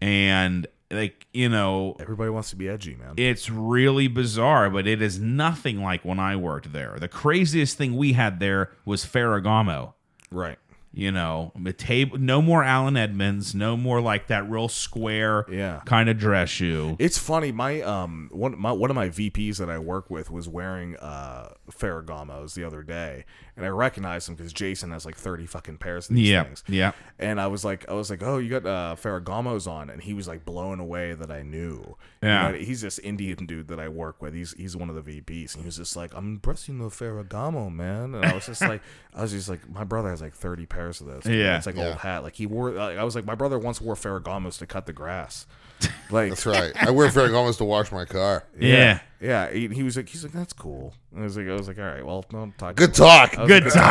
And like, you know,
Everybody wants to be edgy, man.
it's really bizarre, but it is nothing like when I worked there. The craziest thing we had there was Ferragamo.
right.
You know, the table. No more Allen Edmonds. No more like that real square
Yeah.
kind of dress shoe.
It's funny. My um one my one of my VPs that I work with was wearing uh Ferragamos the other day, and I recognized him because Jason has like thirty fucking pairs of these
yeah,
things.
yeah.
And I was like, I was like, oh, you got uh, Ferragamos on, and he was like blown away that I knew. You
Yeah.
know, he's this Indian dude that I work with. He's he's one of the VPs, and he was just like, I'm impressing the Ferragamo, man. And I was just like, <laughs> I was just like, my brother has like 30 pairs of this.
Yeah.
it's like
Yeah.
old hat. Like he wore. Like, I was like, my brother once wore Ferragamos to cut
<laughs>
the grass. Like
That's right. I wear Ferragamo's to wash my car.
Yeah.
yeah. He, he was like, he's like, that's cool. And I was like, I was like, all right, well, no, talk.
Good
<laughs>
talk.
I was
Good
like,
talk.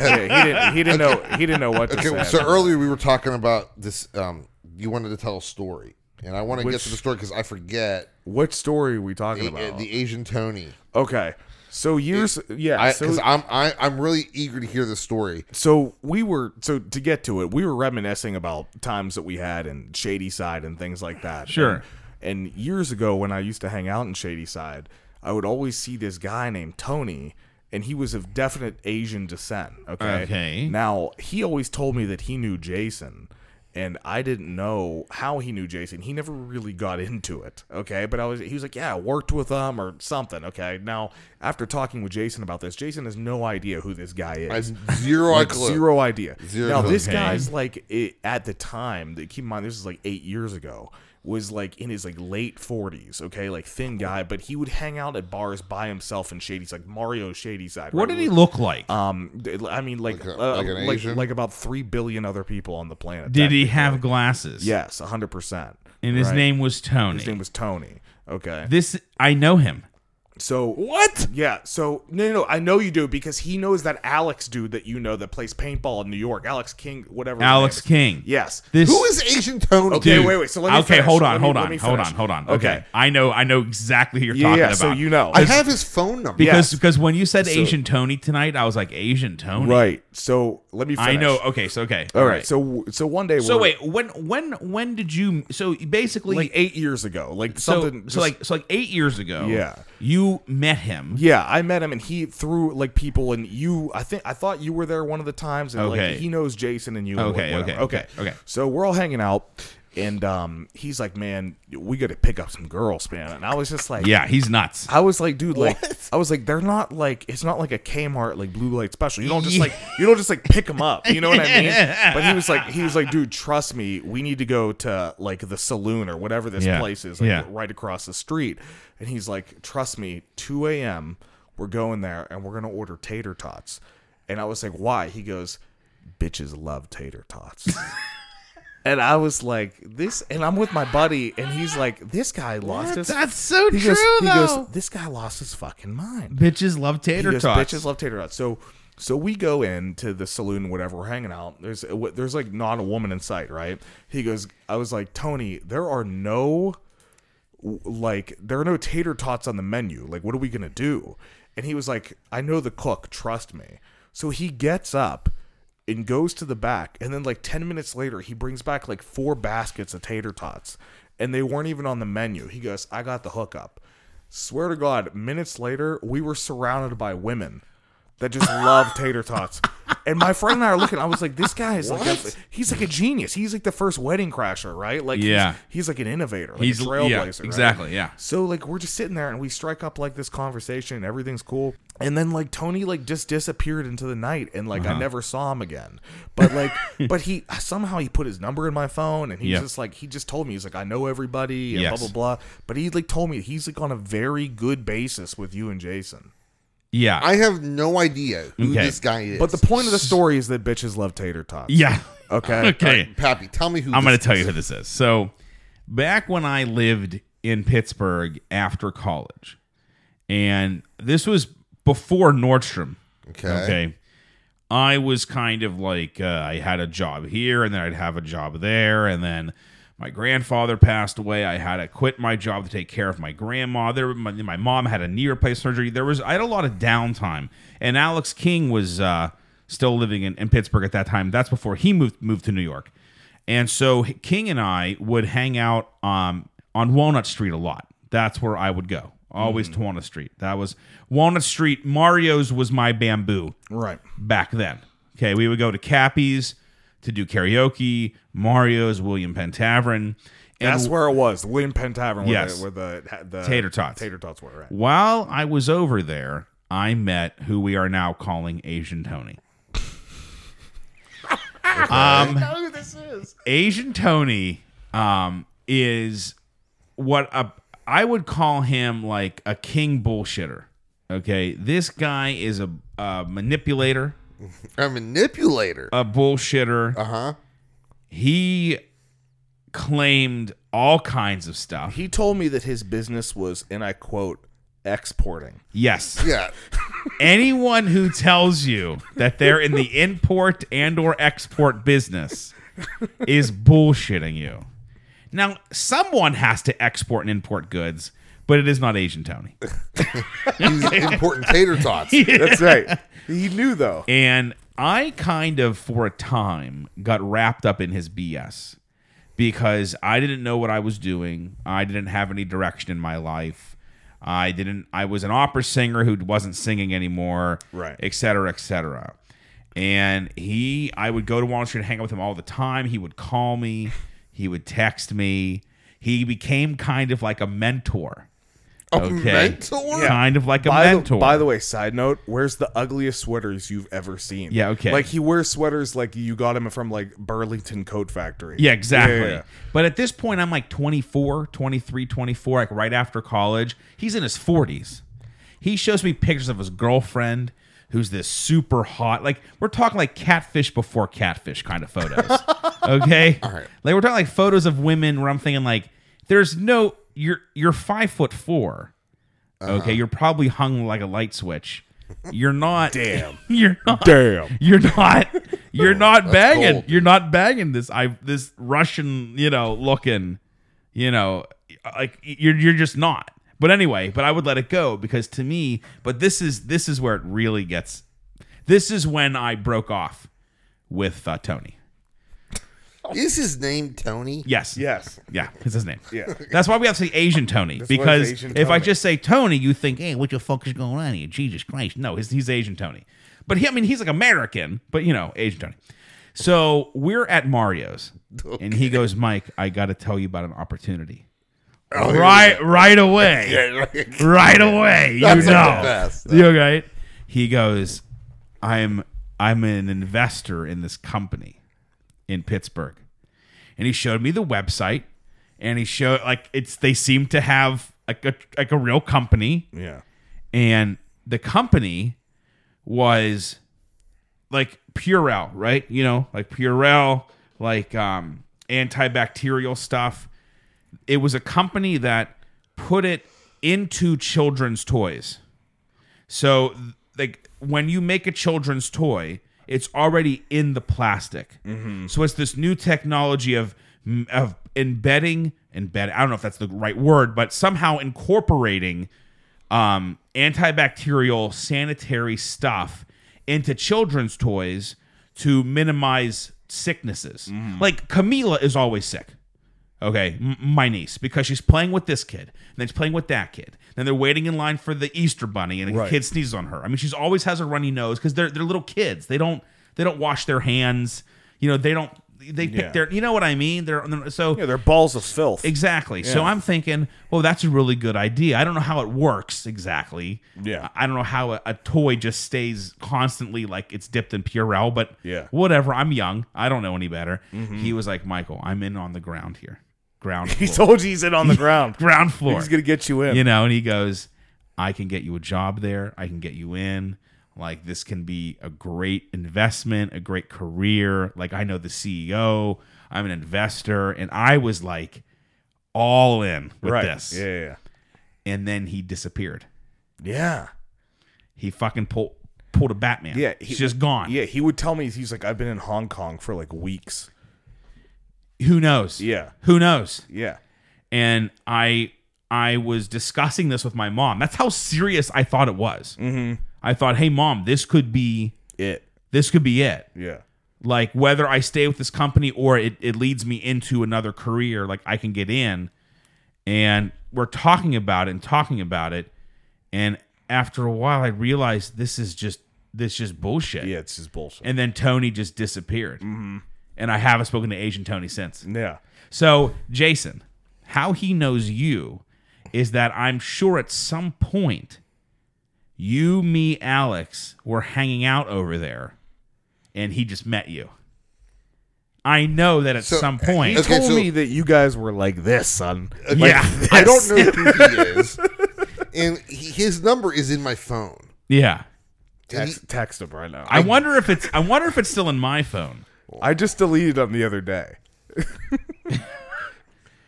yeah, he didn't. He didn't know. He didn't know what to
Okay,
say.
so earlier we were talking about this. Um, you wanted to tell a story, and I want to get
Which-
to the story because I forget
Which story are we talking
the,
about?
the Asian Tony.
Okay. So years, yeah. so,
Because I'm I, I'm really eager to hear the story.
so we were so to get to it, we were reminiscing about times that we had in Shady Side and things like that.
Sure.
And, and years ago, when I used to hang out in Shady Side, I would always see this guy named Tony, and he was of definite Asian descent. Okay.
Okay.
Now he always told me that he knew Jason. And I didn't know how he knew Jason. He never really got into it, okay? But I was—he was like, "Yeah, I worked with him or something." Okay. Now, after talking with Jason about this, Jason has no idea who this guy is.
I have zero
Like,
clue.
zero idea.
Zero
now
clue.
this
Okay.
guy's like it, at the time. That keep in mind, this is like eight years ago. Was like in his like late forties. Okay, like thin guy, but he would hang out at bars by himself in Shady's, like Mario Shady's side.
What
right?
did he look like?
Um, d- I mean, like
Like
like,
a- like an
like,
Asian?
like about three billion other people on the planet.
did he
technically.
have glasses?
Yes, hundred percent.
And his name was Tony.
His name was Tony. Okay.
this I know him.
So what? Yeah. So no, no, no, I know you do because he knows that Alex dude that you know that plays paintball in New York, Alex King, whatever. his
Alex
name is.
King.
Yes.
This
Who is Asian Tony?
Okay,
dude.
wait, wait. So let me
okay,
finish.
hold on,
Let me-
hold
let
on,
me
hold on,
finish.
hold on.
Okay.
Okay. I know, I know exactly who you're
Yeah,
talking
yeah,
about.
so you know.
I have his phone number.
Because
Yes.
because when you said Asian Tony tonight, I was like Asian Tony.
right. So let me. Finish.
I know. Oh, Okay. So okay.
All right. So so one day.
So
we're-
wait. When when when did you? So basically,
like eight years ago, like
so
something. just-
so like so like eight years ago.
Yeah.
You met him.
Yeah, I met him and he threw like people and you. I think I thought you were there one of the times and
Okay.
like he knows Jason and you. and
Okay, okay,
whatever.
okay, okay.
So we're all hanging out and um, he's like, "Man, we got to pick up some girls, man." And I was just like,
Yeah. He's nuts.
I was like, dude, like, I was like, they're not like, it's not like a Kmart like blue light special. You don't just
Yeah.
like, you don't just like pick them up. You know what I
<laughs>
mean? But he was like, he was like, dude, trust me, we need to go to like the saloon or whatever this
Yeah.
place is, like
Yeah.
right across the street. And he's like, trust me, 2 a.m. We're going there and we're gonna order tater tots. And I was like, why? He goes, bitches love tater
<laughs>
tots. And I was like, this, and I'm with my buddy, and he's like, this guy lost his
so
he goes, he goes, this guy lost his fucking mind.
bitches love
He
tater
goes,
tots.
bitches love tater tots. So, so we go into the saloon, whatever, we're hanging out. There's, there's like not a woman in sight, right? He goes, I was like, Tony, there are no, like, there are no tater tots on the menu. Like, what are we gonna do? And he was like, I know the cook, trust me. So he gets up and goes to the back, and then like ten minutes later, he brings back like four baskets of tater tots, and they weren't even on the menu. He goes, I got the hookup. Swear to God, minutes later, we were surrounded by women that just love tater tots. And my friend and I are looking. I was like, this guy is like, a, he's like a genius. He's like the first wedding crasher, right? Like, he's-
Yeah.
he's, like an innovator, like
He's
a
yeah,
trailblazer, right?
exactly. Yeah.
So like we're just sitting there and we strike up like this conversation and everything's cool. And then like Tony like just disappeared into the night and like
Uh-huh.
I never saw him again.
<laughs>
But like but he somehow he put his number in my phone and he's
Yeah.
just like he just told me he's like I know everybody and
Yes.
blah blah blah. But he like told me he's like on a very good basis with you and Jason.
Yeah.
I have no idea who
Okay.
this guy is.
But the point of the story is that bitches love tater tots.
yeah. <laughs>
Okay.
Okay.
Pappy, tell me who.
I'm going
this
to tell you who this is. So, back when I lived in Pittsburgh after college, and this was before Nordstrom.
Okay.
Okay. I was kind of like, uh, I had a job here and then I'd have a job there. And then my grandfather passed away. I had to quit my job to take care of my grandma. There, my, my mom had a knee replacement surgery. There was, I had a lot of downtime. And Alex King was uh, still living in, in Pittsburgh at that time. That's before he moved, moved to New York. And so King and I would hang out um, on Walnut Street a lot. That's where I would go. Always to Walnut Street. That was Walnut Street. Mario's was my bamboo
Right.
back then. Okay, we would go to Cappy's to do karaoke, Mario's, William Penn Tavern. And
That's where it was. William Penn Tavern where,
Yes.
the, where the, the
Tater tots.
Tater tots were, right?
while I was over there, I met who we are now calling Asian Tony. um, Asian Tony um, is what a, I would call him like a king bullshitter. Okay, this guy is a, a manipulator,
A manipulator.
a bullshitter.
Uh huh.
he claimed all kinds of stuff.
He told me that his business was, and I quote,
<laughs>
exporting.
Yes.
Yeah.
Anyone who tells you that they're in the import and or export business is bullshitting you. Now, someone has to export and import goods, but it is not Asian Tony.
<laughs>
He's importing tater tots.
That's right. He knew though.
Oh.
And I kind of, for a time, got wrapped up in his BS because I didn't know what I was doing. I didn't have any direction in my life. I didn't. I was an opera singer who wasn't singing anymore,
Right.
Et cetera, et cetera. And he, I would go to Wall Street and hang out with him all the time. He would call me. He would text me. He became kind of like a mentor.
A
Okay.
mentor?
Kind of like a
By
mentor.
the, by the way, side note, where's the ugliest sweaters you've ever seen?
Yeah, okay.
Like he wears sweaters like you got him from like Burlington Coat Factory.
Yeah, exactly.
Yeah, yeah.
But at this point, I'm like 24, 23, 24, like right after college. He's in his 40s. He shows me pictures of his girlfriend, who's this super hot. Like, we're talking like catfish before catfish kind of <laughs> photos. okay? All
right.
Like, we're talking like photos of women where I'm thinking, like, there's no, you're, you're five foot 4 Okay? You're probably hung like a light switch. You're not. Damn. <laughs> You're not.
Damn.
You're not. You're not banging.
cold.
You're not banging this. I this Russian. You know, looking. You know, like you're you're just not. But anyway, but I would let it go because to me, but this is this is where it really gets. This is when I broke off with uh, Tony.
Is his name Tony?
Yes.
Yes.
Yeah, it's his name.
Yeah.
<laughs> That's why we have to say Asian Tony
why it's
because
Asian
if I
Tony.
just say Tony, you think, "Hey, what the fuck is going on here?" Jesus Christ! No, he's, he's Asian Tony, but he, I mean, he's like American, but you know, Asian Tony. So we're at
<laughs>
Mario's, and he goes, "Mike, I got to tell you about an opportunity."
Oh, here
right, right
<laughs>
away
<laughs> we
<laughs>
go.
right away. You
That's
know,
like the best.
you right. He goes, "I'm I'm an investor in this company in Pittsburgh," and he showed me the website, and he showed like it's they seem to have like a like a real company,
Yeah.
and the company was like Purell, right? You know, like Purell, like um, antibacterial stuff. It was a company that put it into children's toys. So, th- like, when you make a children's toy, it's already in the plastic. So it's this new technology of of embedding, embedding. I don't know if that's the right word, but somehow incorporating um, antibacterial sanitary stuff into children's
Mm-hmm.
toys to minimize sicknesses. Like Camila is always sick. Okay, m- my niece, because she's playing with this kid, and then she's playing with that kid. Then they're waiting in line for the Easter bunny, and a
Right.
kid sneezes on her. I mean, she's always has a runny nose because they're they're little kids. They don't they don't wash their hands. You know, they don't they pick
Yeah.
their. You know what I mean? They're, they're so
Yeah, they're balls of filth.
Exactly. So I'm thinking, well, that's a really good idea. I don't know how it works exactly.
Yeah.
I I don't know how a, a toy just stays constantly like it's dipped in Purell, but
Yeah.
whatever. I'm young. I don't know any better. He was like, Michael, I'm in on the ground here. Ground
He
floor.
told you <laughs> he's in on the ground.
ground floor.
He's gonna get <laughs> you in.
You know, and he goes, I can get you a job there. I can get you in. Like, this can be a great investment, a great career. Like, I know the CEO, I'm an investor. And I was like, all in with
right.
this.
Yeah, yeah,
And then he disappeared.
yeah.
He fucking pulled pulled a Batman.
Yeah, he-
He's just gone.
Yeah, he would tell me he's like, I've been in Hong Kong for like weeks.
Who knows?
Yeah.
Who knows?
Yeah.
and I I was discussing this with my mom. That's how serious I thought it was. Mm-hmm. I thought, hey mom, this could be
It.
this could be it.
Yeah.
Like whether I stay with this company or it, it leads me into another career, like I can get in. And we're talking about it and talking about it. And after a while I realized this is just this is just bullshit.
Yeah, it's just bullshit.
And then Tony just disappeared. Mm-hmm. And I haven't spoken to Asian Tony since.
yeah.
So, Jason, how he knows you is that I'm sure at some point you, me, Alex were hanging out over there and he just met you. I know that at
So,
some point.
Okay,
told
so-
me that you guys were like this, son.
yeah.
I don't know who he
<laughs>
is, and he, his number is in my phone.
yeah.
And he-
Text, text him right now.
I wonder if it's I wonder if it's still in my phone.
I just deleted him the other day.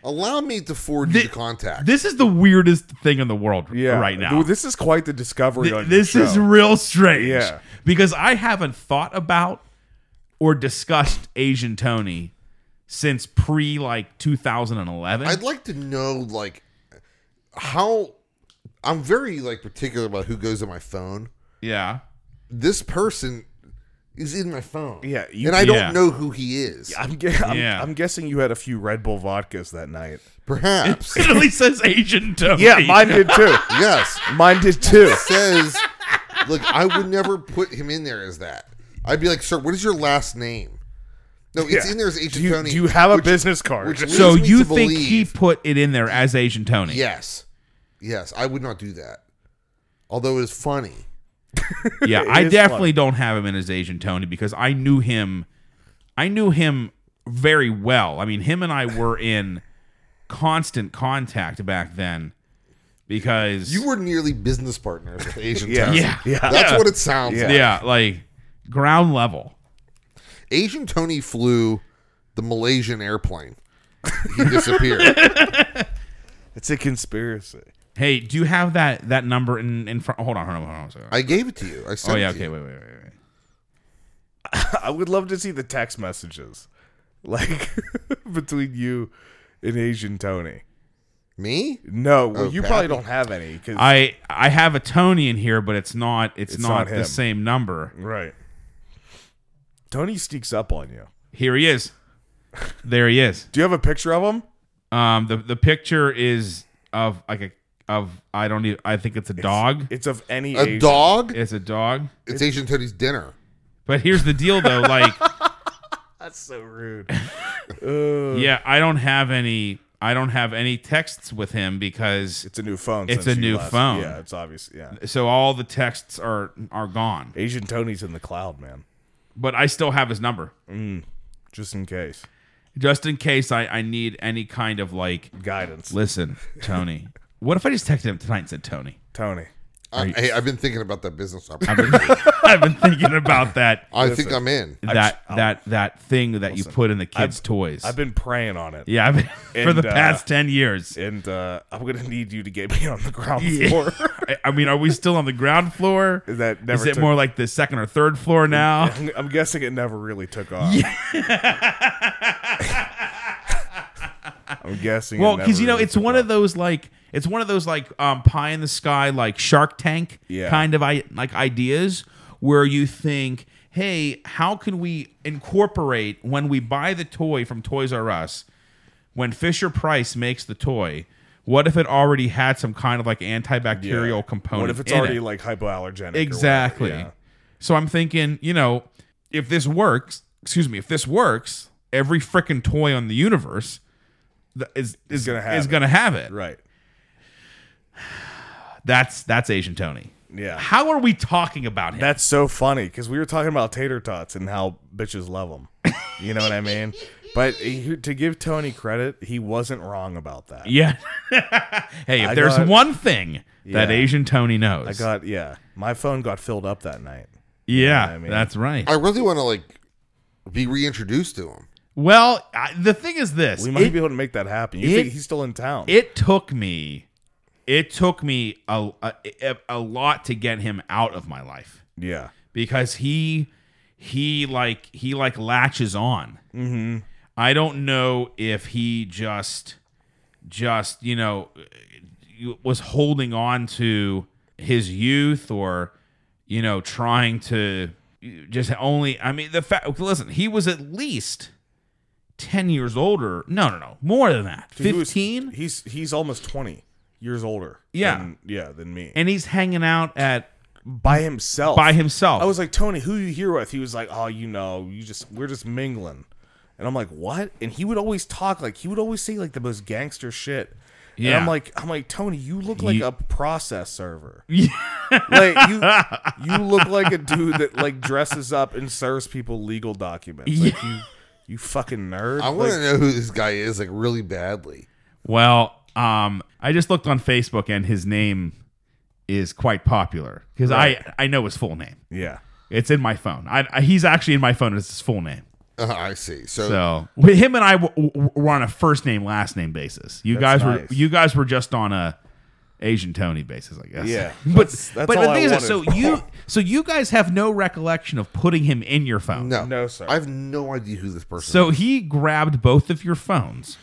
allow me to forward you
Thi-
the contact.
This is the weirdest thing in the world
Yeah.
right now.
Dude, This is quite the discovery
Th-
on your
this is
show.
real strange.
Yeah.
Because I haven't thought about or discussed Asian Tony since pre like 2011.
I'd like to know like how I'm very like particular about who goes on my phone.
yeah.
This person is in my phone.
Yeah, you-
and I don't
Yeah.
know who he is.
I'm, gu- I'm,
Yeah.
I'm guessing you had a few Red Bull vodkas that night.
<laughs>
Perhaps.
It only says Asian Tony.
<laughs> Yeah, <laughs> mine did too.
yes.
Mine did too.
Says look, I would never put him in there as that. I'd be like, sir, what is your last name? No, it's
Yeah.
in there as Agent
Do you,
Tony.
do you have a
which-
business card?
which leads
So
me
you
to
think he
believe-
put it in there as Asian Tony?
Yes. Yes, I would not do that. Although it's funny.
Yeah,
<laughs>
It
I
is
definitely don't have him in as Asian Tony because I knew him. I knew him very well. I mean, him and I were in constant contact back then because
You were nearly business
<laughs>
partners with Agent
yeah.
Tony.
Yeah.
Yeah.
That's what it sounds
Yeah.
like.
yeah, like ground level.
Asian Tony flew the Malaysian airplane.
<laughs>
He disappeared.
It's a conspiracy.
Hey, do you have that that number in in front? Hold on, hold on, hold on. Sorry.
I gave it to you. I sent
Oh yeah,
it to
okay,
you.
wait, wait, wait, wait. wait.
I would love to see the text messages, like <laughs> between you and Asian Tony.
Me?
No, well,
Oh,
you
Pappy.
probably don't have any. 'cause-
I I have a Tony in here, but it's not it's,
It's
not,
not him.
the same number.
right. Tony sneaks up on you.
Here he is. There he is.
Do you have a picture of him?
Um, the the picture is of like a of I don't even I think it's a dog.
It's of any
A
Asian.
dog?
It's a dog.
It's Asian Tony's dinner.
But here's the deal,
<laughs>
though. Like,
That's so rude.
yeah, I don't have any. I don't have any texts with him because
It's a new phone.
It's
since
a
you
new phone.
Yeah, it's obvious. Yeah,
so all the texts are are gone.
Asian Tony's in the cloud, man.
But I still have his number.
Just in case
just in case I, I need any kind of like
guidance.
listen tony what if i just texted him tonight and said tony
Tony,
I,
you-
hey, I've been thinking about that
<laughs>
business
i've
opportunity.
been, I've been thinking about that
I think I'm in.
that that that thing that you put in the kids
I've-
toys
I've been praying on it.
yeah I've
<laughs>
been, for
And,
the
uh,
past 10 years
And uh, I'm gonna need you to get <laughs> me on the ground
Yeah. <laughs> Uh.
floor.
I, I mean are we still on the ground floor Is
That never
it
took-
more like the second or third floor now
I'm, I'm guessing it never really took off. <laughs> I'm guessing.
well because you know it's one of those like it's one of those like um, pie in the sky like shark tank
Yeah.
kind of I- like ideas where you think hey how can we incorporate when we buy the toy from toys r us When Fisher Price makes the toy, what if it already had some kind of like antibacterial component?
What if it's
in
already
it?
like hypoallergenic? or
Exactly.
whatever, yeah.
So I'm thinking, you know, if this works, excuse me, if this works, every freaking toy on the universe th- is is
gonna have
is
it.
gonna have it.
Right.
That's that's Asian Tony.
Yeah.
How are we talking about him?
That's so funny because we were talking about tater tots and how bitches love them. You know what I mean? But he- to give Tony credit, he wasn't wrong about that. <laughs>
yeah. hey, if
I
there's
got-
one thing that
Yeah.
Asian Tony knows,
I got yeah. My phone got filled up that night.
yeah,
I mean-
that's right.
I really want to like be reintroduced to him.
Well, I, the thing is this:
We might
it,
be able to make that happen. You
it-
think he's still in town?
it took me, it took me a, a a lot to get him out of my life.
yeah.
because he he like he like latches on. Mm-hmm. I don't know if he just just you know was holding on to his youth or you know trying to just only. I mean the fact. Listen, he was at least. 10 years older. No, no, no. More than that.
Dude, he was-
15?
He's he's almost twenty years older.
Yeah.
than- yeah, than me.
and he's hanging out at
by himself.
by himself.
I was like, Tony, who you here with? He was like, Oh, you know, you just we're just mingling. And I'm like, What? And he would always talk like he would always say like the most gangster shit. And
Yeah.
I'm like, I'm like, Tony, you look like
You-
a process server. Yeah. like you you look like a dude that like dresses up and serves people legal documents. Like you you fucking nerd.
I want to
Like,
know who this guy is like really badly.
Well, um, I just looked on Facebook and his name is quite popular because I, I know his full name.
yeah.
It's in my phone. I, I- he's actually in my phone as his full name.
Uh, I see. So,
So with him and I w- w- were on a first name last name basis. You guys
That's nice.
were you guys were just on a Asian Tony basis, I guess.
Yeah,
<laughs> but
that's- that's
but
all
the
I
thing is, that- so
wanted.
you so you guys have no recollection of putting him in your phone.
no,
No, sir.
I have no idea who this person.
So he grabbed both of your phones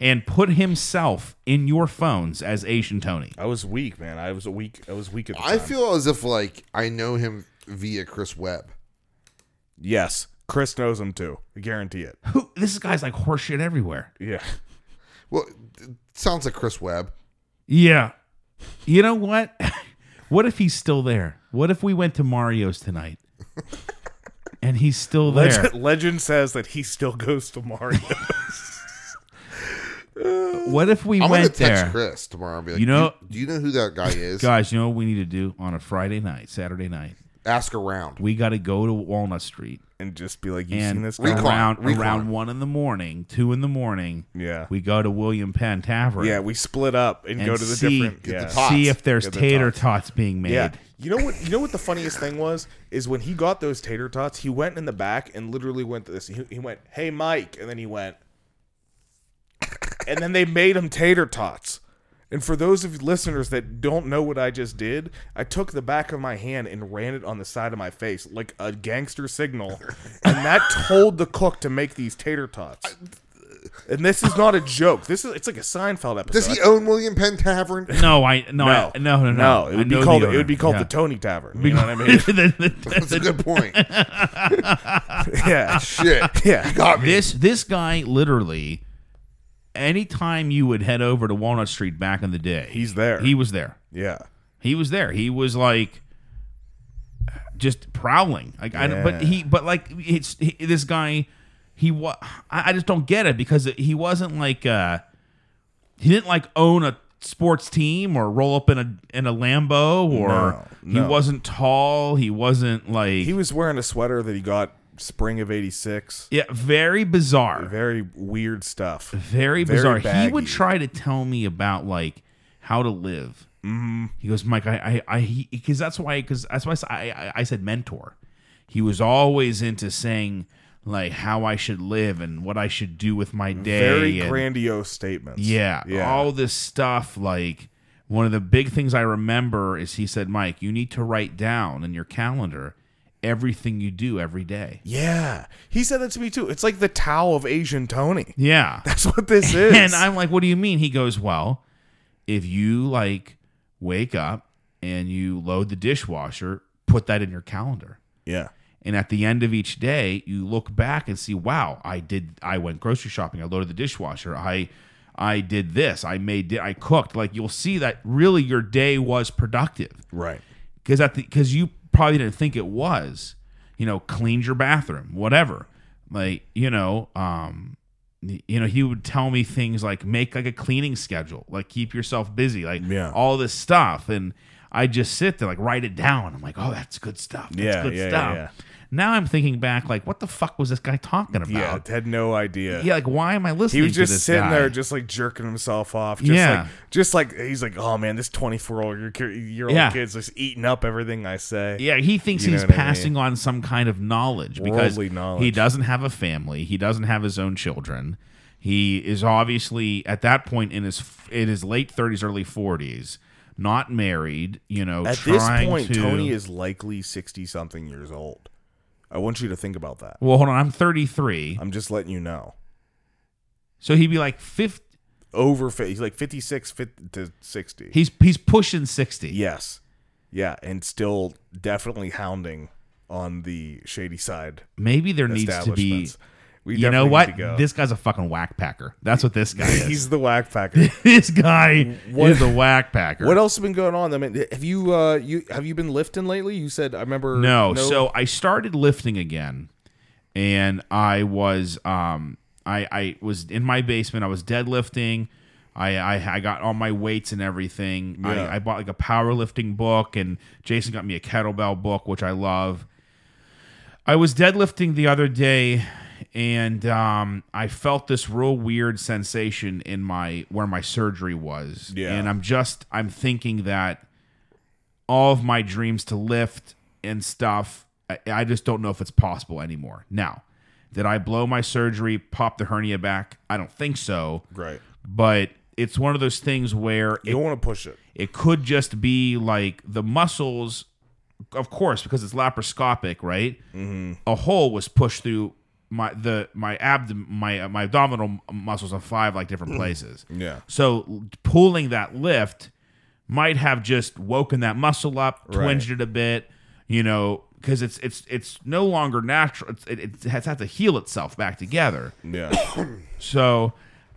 and put himself in your phones as Asian Tony.
I was weak, man. I was a weak I was weak at the
I
time.
feel as if like I know him via Chris Webb.
Yes. Chris knows him too. I guarantee it.
Who this guy's like horseshit everywhere.
Yeah.
Well, it sounds like Chris Webb.
Yeah. You know what? <laughs> what if he's still there? What if we went to Mario's tonight? and he's
<laughs>
still there.
Legend, legend says that he still goes to Mario.
What if we
I'm gonna
went
text
there?
Chris tomorrow and be like,
You know-
do, do you know who that guy is?
Guys, you know what we need to do on a Friday night, Saturday night?
Ask around.
We got to go to Walnut Street
and just be like, you seen
and
this guy?
Recon,
around
recon.
around one in the morning, two in the morning,
Yeah.
we go to William Penn Tavern.
yeah, we split up and,
And
go to the
see-
different.
Get
Yeah.
the tots.
see if there's
Get the
tater
tots.
tots. being made.
yeah. You know what you know what the funniest thing was is when he got those tater tots, he went in the back and literally went to this. He, he went, "Hey Mike." And then he went And then they made him tater tots. And for those of you listeners that don't know what I just did, I took the back of my hand and ran it on the side of my face like a gangster signal, and
<laughs>
that told the cook to make these tater tots. And this is not a joke. This is it's like a Seinfeld episode.
Does he own William Penn Tavern?
<laughs> No, I no, I, no, no, no.
It
I
would be
know the
called it
owner.
would be called
Yeah.
the Tony Tavern. You know what I mean?
That's a good point.
<laughs>
yeah,
Shit.
yeah,
Got me.
this this guy literally, anytime you would head over to Walnut Street back in the day,
He's there.
He was there.
yeah.
He was there. He was like just prowling. Like I don't but
Yeah.
he but like it's he, this guy he wa- I, I just don't get it because he wasn't like uh he didn't like own a sports team or roll up in a in a Lambo or
No, no.
he wasn't tall, he wasn't like
He was wearing a sweater that he got spring of '86.
yeah, very bizarre.
Very weird stuff.
very
Very
bizarre. he would
baggy.
try to tell me about like how to live. Mm-hmm. He goes, Mike, I, I, I, because that's why, because that's why I s- I, I, I said mentor. He was always into saying like how I should live and what I should do with my day.
Very
and-
grandiose statements.
yeah,
yeah.
all this stuff. Like one of the big things I remember is he said, Mike, you need to write down in your calendar everything you do every day.
yeah. He said that to me too. It's like the Tao of Asian Tony. <laughs>
Yeah.
That's what this is.
And I'm like, what do you mean? He goes, well, if you like wake up and you load the dishwasher, put that in your calendar.
yeah.
And at the end of each day, you look back and see, wow, I did. I went grocery shopping. I loaded the dishwasher. I, I did this. I made. di- I cooked. Like you'll see that really your day was productive
Right.
because at the because you probably didn't think it was you know cleaned your bathroom whatever like you know um y- you know he would tell me things like make like a cleaning schedule like keep yourself busy like
Yeah.
all this stuff and i just sit there like write it down i'm like oh that's good stuff that's
Yeah,
good
yeah,
stuff
yeah, yeah.
now i'm thinking back like what the fuck was this guy talking about
Yeah,
yeah,
had no idea.
like why am i listening
He was
to
just
this
sitting
guy?
there, just like jerking himself off. Just
Yeah.
like, just like he's like, oh man, this twenty four year old
Yeah.
kid's just eating up everything I say.
Yeah, he thinks
You know
he's
what I mean?
passing on some kind of knowledge because
Worldly knowledge.
he doesn't have a family. He doesn't have his own children. He is obviously at that point in his in his late 30s, early 40s, not married. You know,
At this
Oh, trying
point,
to,
Tony is likely sixty something years old. I want you to think about that.
Well, hold on, I'm 33,
I'm just letting you know.
so he'd be like 50.
Over, fi- he's like 56 50 to 60.
He's he's pushing 60.
yes, yeah, and still definitely hounding on the shady side
Maybe there needs to be.
establishments. we
you know
definitely
what?
need to go.
This guy's a fucking whack packer. That's what this guy is.
<laughs> he's the whack packer.
this guy
What-
is a whack packer.
What else has been going on? I mean, have you uh you have you been lifting lately? You said I remember.
No, so I started lifting again, and I was um I I was in my basement. I was deadlifting. I I, I got all my weights and everything.
Yeah.
I, I bought like a powerlifting book, and Jason got me a kettlebell book, which I love. I was deadlifting the other day, and um, I felt this real weird sensation in my where my surgery was.
Yeah.
and I'm just I'm thinking that all of my dreams to lift and stuff. I, I just don't know if it's possible anymore. Now, did I blow my surgery, pop the hernia back? I don't think so,
right.
but it's one of those things where
You don't want to push it.
it could just be like the muscles, of course, because it's laparoscopic, right? A hole was pushed through my the my abdomen my my abdominal muscles in five like different places.
Yeah.
So pulling that lift might have just woken that muscle up, twinged it a bit, you know, because it's it's it's no longer natural. It's, it, it has had to heal itself back together.
Yeah.
So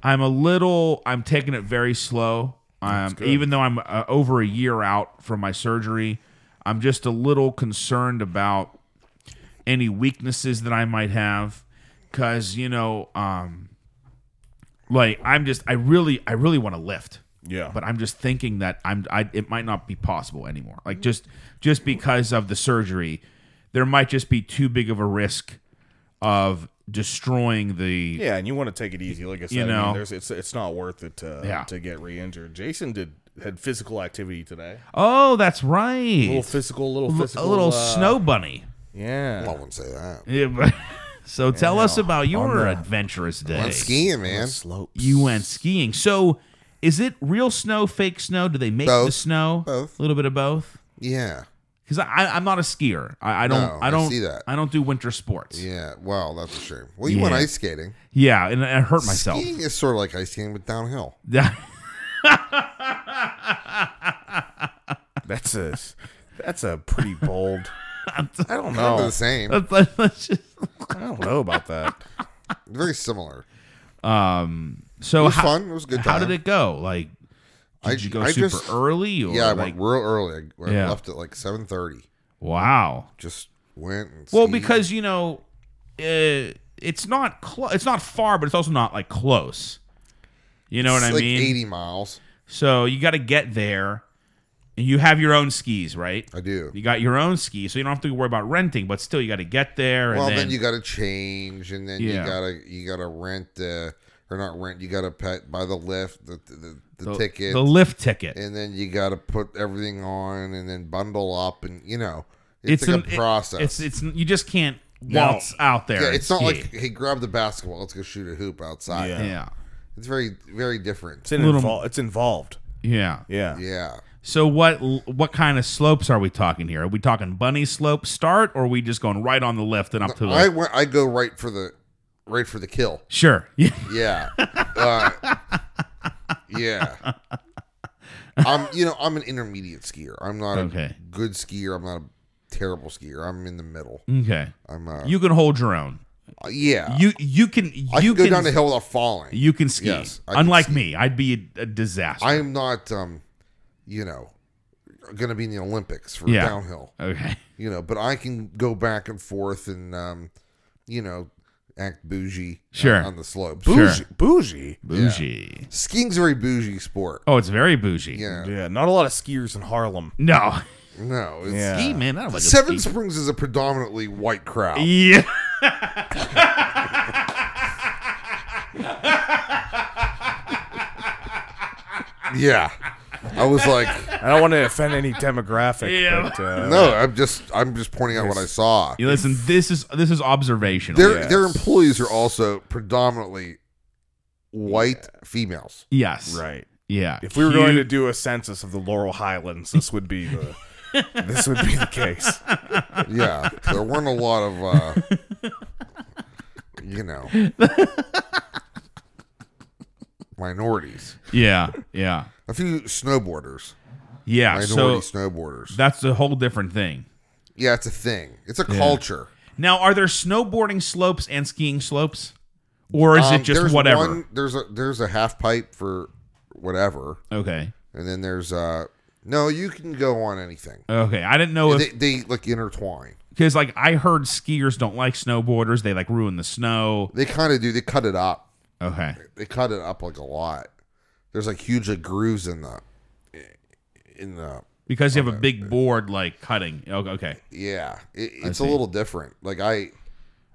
I'm a little. I'm taking it very slow. Um, even though I'm uh, over a year out from my surgery, I'm just a little concerned about any weaknesses that I might have, because you know, um, like I'm just. I really, I really want to lift
yeah.
but I'm just thinking that I'm I, it might not be possible anymore. Like just just because of the surgery, there might just be too big of a risk of destroying the
yeah, and you want to take it easy. Like I said,
You
I mean,
know.
there's, it's it's not worth it to
Yeah.
to get re-injured. Jason did had physical activity today.
Oh, that's right.
A little physical, little physical,
a little
uh,
snow bunny.
I
Yeah.
wouldn't say that.
Yeah, but- <laughs> so tell us about your
the-
adventurous day.
I'm skiing, man.
Slopes.
You went skiing. So is it real snow, fake snow? Do they make the
Both.
snow?
Both.
A little bit of both.
Yeah,
Because I, I, I'm not a skier. I, I don't.
No,
I
I
don't
see that.
I don't do winter sports.
yeah. Well, that's a shame. Well, you went
Yeah.
ice skating.
Yeah, and I hurt myself. <laughs>
Skiing is sort of like ice skating, but downhill.
Yeah.
<laughs> That's a that's a
<laughs>
pretty bold. I don't
Kind
Oh.
of
know.
the same.
Let's- let's- let's just-
I don't know about that.
Very similar. It
so
was
how,
fun. It was a good
how
time.
did it go? Like, did
I-
you go
I
super
just-
early? Or
Yeah, I
like,
went real early. I, I
Yeah.
left at like seven thirty.
wow.
Just went. And
Well,
skied.
because you know, uh, it's not clo- it's not far, but it's also not like close. You know what
it's
I
like
mean?
Eighty miles.
So you got to get there, and you have your own skis, right?
I do.
You got your own skis, so you don't have to worry about renting. But still, you got to get there, and
well, then,
then
you got to change, and then
Yeah.
you gotta you gotta rent the or not rent. You gotta pet buy the lift, the the, the,
the,
ticket,
the lift ticket.
and then you gotta put everything on, and then bundle up, and you know it's,
it's
like
an-
a
it-
process.
it's it's you just can't
No.
waltz out there.
yeah,
and
it's not
ski.
like hey, grab the basketball, let's go shoot a hoop outside.
Yeah.
yeah,
It's very very different.
It's an
Little-
invol- It's involved.
yeah.
Yeah.
Yeah,
So what what kind of slopes are we talking here? Are we talking bunny slope start, or are we just going right on the left and up to the?
I went. I go right for the right for the kill.
sure. <laughs> Yeah.
Yeah. Uh, yeah. I'm you know, I'm an intermediate skier. I'm not
Okay.
a good skier. I'm not a terrible skier. I'm in the middle.
Okay.
I'm uh,
You can hold your own.
uh, yeah.
You you can you
I can
can,
go down the hill without falling.
you can ski.
Yes, I can
Unlike
ski.
me, I'd be a, a disaster.
I am not, um, you know, going to be in the Olympics for
Yeah.
downhill.
okay.
You know, but I can go back and forth and, um, you know, act bougie uh,
Sure.
on the slopes.
Sure.
Bougie, bougie.
Bougie.
Skiing's a very bougie sport.
Oh, it's very bougie.
Yeah.
Yeah, not a lot of skiers in Harlem.
No.
No. It's,
Yeah.
Ski, man, I don't like to
Uh, Seven
ski.
Springs is a predominantly white crowd.
Yeah.
Yeah. I was
<laughs>
like,
I don't want to offend any demographic.
Yeah.
But, uh,
no, I'm just I'm just pointing out what I saw.
You listen, this is this is observational.
Their
yes.
their employees are also predominantly white females.
yes.
Right.
Yeah.
If we were going to
Cute.
do a census of the Laurel Highlands, this would be
<laughs>
the this would be the case.
Yeah. there weren't a lot of uh you know minorities.
Yeah. Yeah.
A few snowboarders.
Yeah. So
Minority snowboarders.
that's a whole different thing.
yeah, it's a thing. It's a culture.
Now, are there snowboarding slopes and skiing slopes? Or is
Um,
it just
there's
whatever?
one- there's a there's a half pipe for whatever.
Okay.
And then there's uh no, you can go on anything.
Okay. I didn't know
They,
if
they like intertwine.
because like I heard skiers don't like snowboarders. They like ruin the snow.
They kind of do. They cut it up.
Okay.
They cut it up like a lot. There's like huge like, grooves in the in the
Because you have a big board like cutting. Oh, Okay.
yeah. It, it's a little different. Like I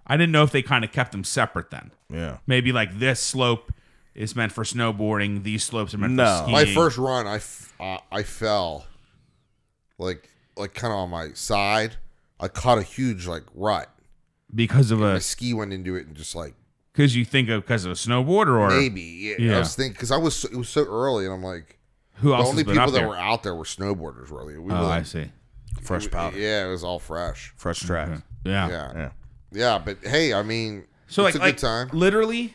I didn't know if they kind of kept them separate then.
Yeah.
Maybe like this slope is meant for snowboarding. These slopes are meant
No.
for skiing.
my first run, I f- uh, I fell like like kind of on my side. I caught a huge like rut.
because of
My
a
ski went into it and just like
because you think of because of a snowboarder or
maybe yeah. I
yeah.
was thinking because I was so, it was so early and I'm like
who
the
else
only
has been
people
up
that
there?
were out there were snowboarders really. We
oh,
really
I see.
Fresh powder.
Yeah, it was all fresh.
Mm-hmm.
Fresh track.
Yeah.
Yeah.
Yeah.
Yeah, but hey, I mean,
So like,
it's a
like
good time.
literally,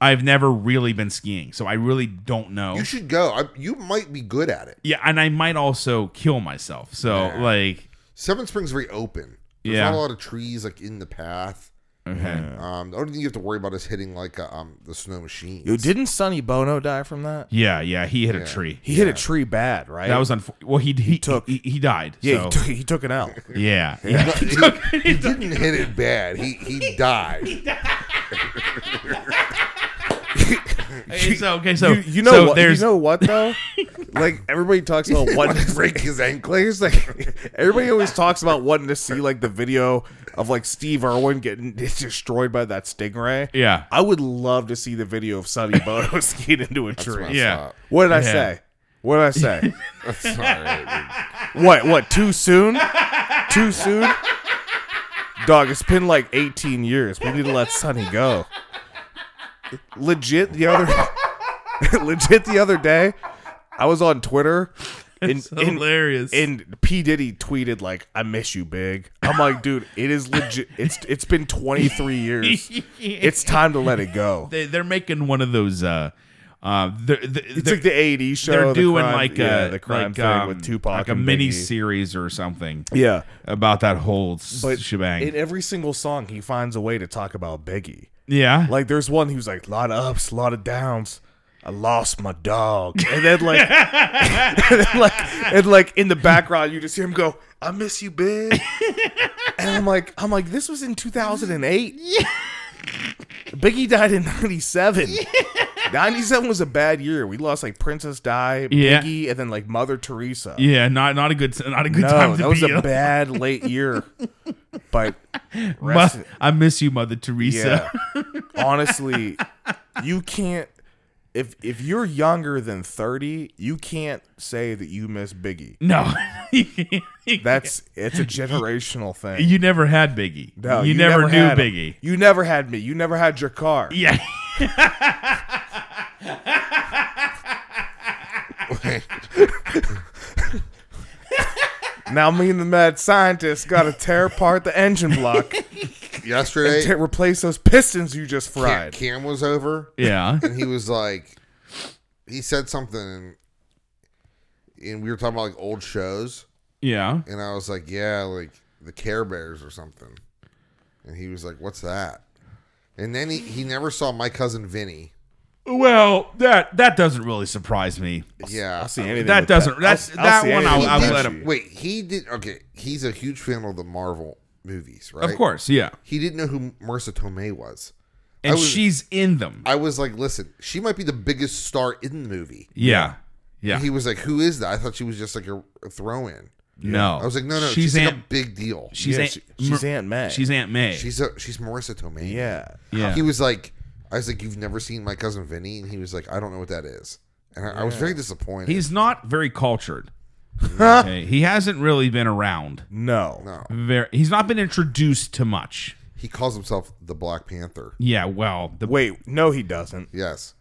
I've never really been skiing, so I really don't know.
You should go. I, you might be good at it.
yeah, and I might also kill myself. So like,
Seven Springs is very open. There's
Yeah.
not a lot of trees like in the path.
okay,
Um, the only thing you have to worry about is hitting like uh, um the snow machine.
Yo, didn't Sonny Bono die from that?
yeah, yeah, he hit a tree.
He hit a tree bad, right?
That was unfortunate. Well, he he, he
took-
he, he died.
yeah. He
so-
took, he took it out. <laughs>
yeah, yeah.
he,
<laughs>
he didn't hit it bad. He he died.
Hey, so okay, <laughs> so
you, you know
so
what?
There's
you know
<laughs>
what though? like everybody talks about what
Break his ankle.
Claire's like <laughs> everybody always talks about wanting to see like the video of like Steve Irwin getting <laughs> destroyed by that stingray.
Yeah.
I would love to see the video of Sonny Bono <laughs> skiing into a tree.
messed
Yeah.
up.
What did I
Yeah.
say? What did
<laughs>
I say?
<laughs> That's all right.
what? What? Too soon? Too soon? Dog, it's been like 18 years. We need to let Sonny go. Legit the other <laughs> legit the other day, I was on Twitter and,
it's
and-
hilarious. <laughs>
and P Diddy tweeted like, "I miss you, big." I'm like, dude, it is legit. It's it's been 23 years. It's time to let it go.
<laughs> they, they're making one of those. uh uh, they're, they're,
It's like the 80s show.
they're
the
doing
crime-
like a
yeah, the crime
like,
thing
um,
with Tupac,
like a
and
mini
Biggie.
series or something
Yeah,
about that whole s-
but
shebang.
in every single song, he finds a way to talk about Biggie.
yeah,
Like there's one who's like, lot of ups, lot of downs. I lost my dog, and then like,
<laughs>
<laughs> and then, like, and like in the background, you just hear him go, "I miss
<laughs>
you, big." and I'm like, I'm like, this was in 2008. Biggie died in '97. '97 was a bad year. We lost like Princess Di,
Yeah.
Biggie, and then like Mother Teresa.
yeah, not not a good not a good <laughs>
No,
time to
that was
be.
a
a-
bad late year. But
<laughs> Ma-
rest,
I miss you, Mother Teresa.
yeah. Honestly, you can't if if you're younger than 30, you can't say that you
<laughs>
miss Biggie.
No,
That's it's a generational thing.
you never had Biggie.
No,
you, never, knew
had him.
Biggie.
You never had me. You never had your car.
Yeah,
<laughs>
Now me and the mad
<laughs>
scientist got to tear apart the engine block
Yesterday,
to replace those pistons you just
Cam,
fried.
Cam was over
yeah,
and he was like, he said something, and, and we were talking about like old shows,
yeah.
and I was like, yeah, like the Care Bears or something, and he was like, "What's that?" And then he, he never saw my cousin Vinny.
Well, that that doesn't really surprise me.
Yeah,
I'll see anything.
That
with
doesn't-
I'll-
that's-
I'll
that
see
one
anything
I'll-
with
I'll let
Pesci.
him-
Wait, he did. Okay, he's a huge fan of the Marvel movies, right?
Of course, yeah.
He didn't know who Marissa Tomei was.
And
was-
she's in them.
I was like, listen, she might be the biggest star in the movie.
yeah. Yeah.
And he was like, who is that? I thought she was just like a, a throw in.
No.
I was like, no, no,
She's
she's, like
Aunt
a big deal.
she's
Yeah,
Aunt,
she- she's Aunt May.
She's Aunt May.
She's a she's Marissa Tomei.
Yeah.
yeah.
He was like, I was like, you've never seen my cousin Vinny, and he was like, I don't know what that is, and I, I was very disappointed.
He's not very cultured. Okay, He hasn't really been around.
No.
no,
Very, he's not been introduced to much.
he calls himself the Black Panther.
Yeah, well, the
Wait, no, he doesn't.
Yes.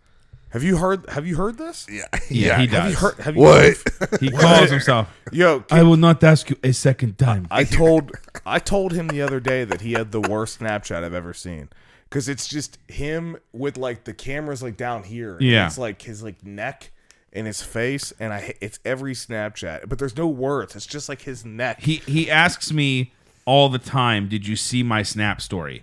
Have you heard? Have you heard this?
<laughs> Yeah.
yeah, he
Have
does.
you heard? Have you
What?
he calls himself.
<laughs> Yo,
I will not ask you a second time.
I told I told him the other day that he had the worst Snapchat I've ever seen because it's just him with like the cameras like down here. and
Yeah.
it's like his like neck and his face, and I it's every Snapchat, but there's no words. It's just like his neck.
he he asks me all the time, "Did you see my snap story?"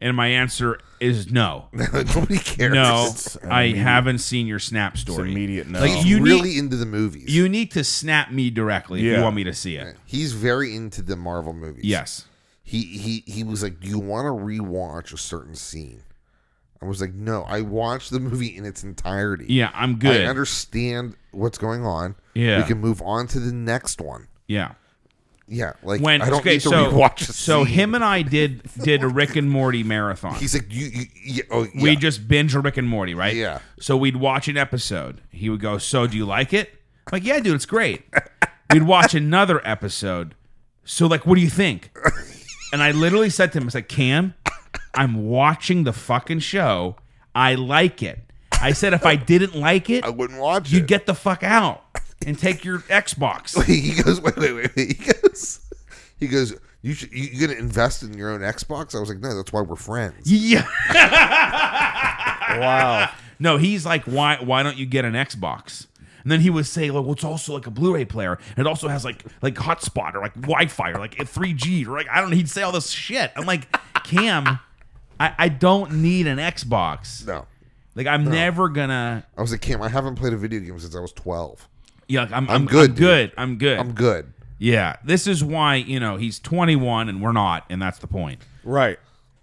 And my answer is no.
<laughs> Nobody cares.
No,
It's
I
immediate-
haven't seen your snap story.
immediate no.
Like
He's
you
really
need
into the movies.
you need to snap me directly if
Yeah.
you want me to see it.
He's very into the Marvel movies.
Yes.
He he he was like, "Do you want to rewatch a certain scene?" I was like, "No, I watched the movie in its entirety.
Yeah, I'm
I
good.
understand what's going on.
Yeah.
we can move on to the next one.
Yeah.
Yeah, like
When
I don't
okay,
need to
so
rewatch. A
so
scene.
him and I did did a Rick and Morty marathon.
he's like, "You, you, you oh, yeah.
we just binge a Rick and Morty, right?
Yeah.
So we'd watch an episode. He would go, "So do you like it?" I'm like, "Yeah, dude, it's great." <laughs> we'd watch another episode. So like, what do you
<laughs>
think? And I literally said to him, "I was like, Cam, I'm watching the fucking show. I like it." I said, "If I didn't like it,
<laughs> I wouldn't watch
you'd
it."
get the fuck out and take your Xbox."
he goes, wait, wait, wait, wait. <laughs> He goes, he goes. You should. You, you gonna invest in your own Xbox? I was like, no, that's why we're friends.
yeah.
wow.
No, he's like, why why don't you get an Xbox? And then he would say, like, well, it's also like a Blu-ray player, and it also has like like hotspot or like Wi-Fi or like a 3G or like I don't know. He'd say all this shit. I'm like, Cam, I, I don't need an Xbox.
No,
Like I'm never gonna.
I was like, Cam, I haven't played a video game since I was twelve.
Yeah, like, I'm, I'm,
good,
good. I'm good. I'm good.
I'm good.
yeah, this is why you know he's 21 and we're not, and that's the point.
Right.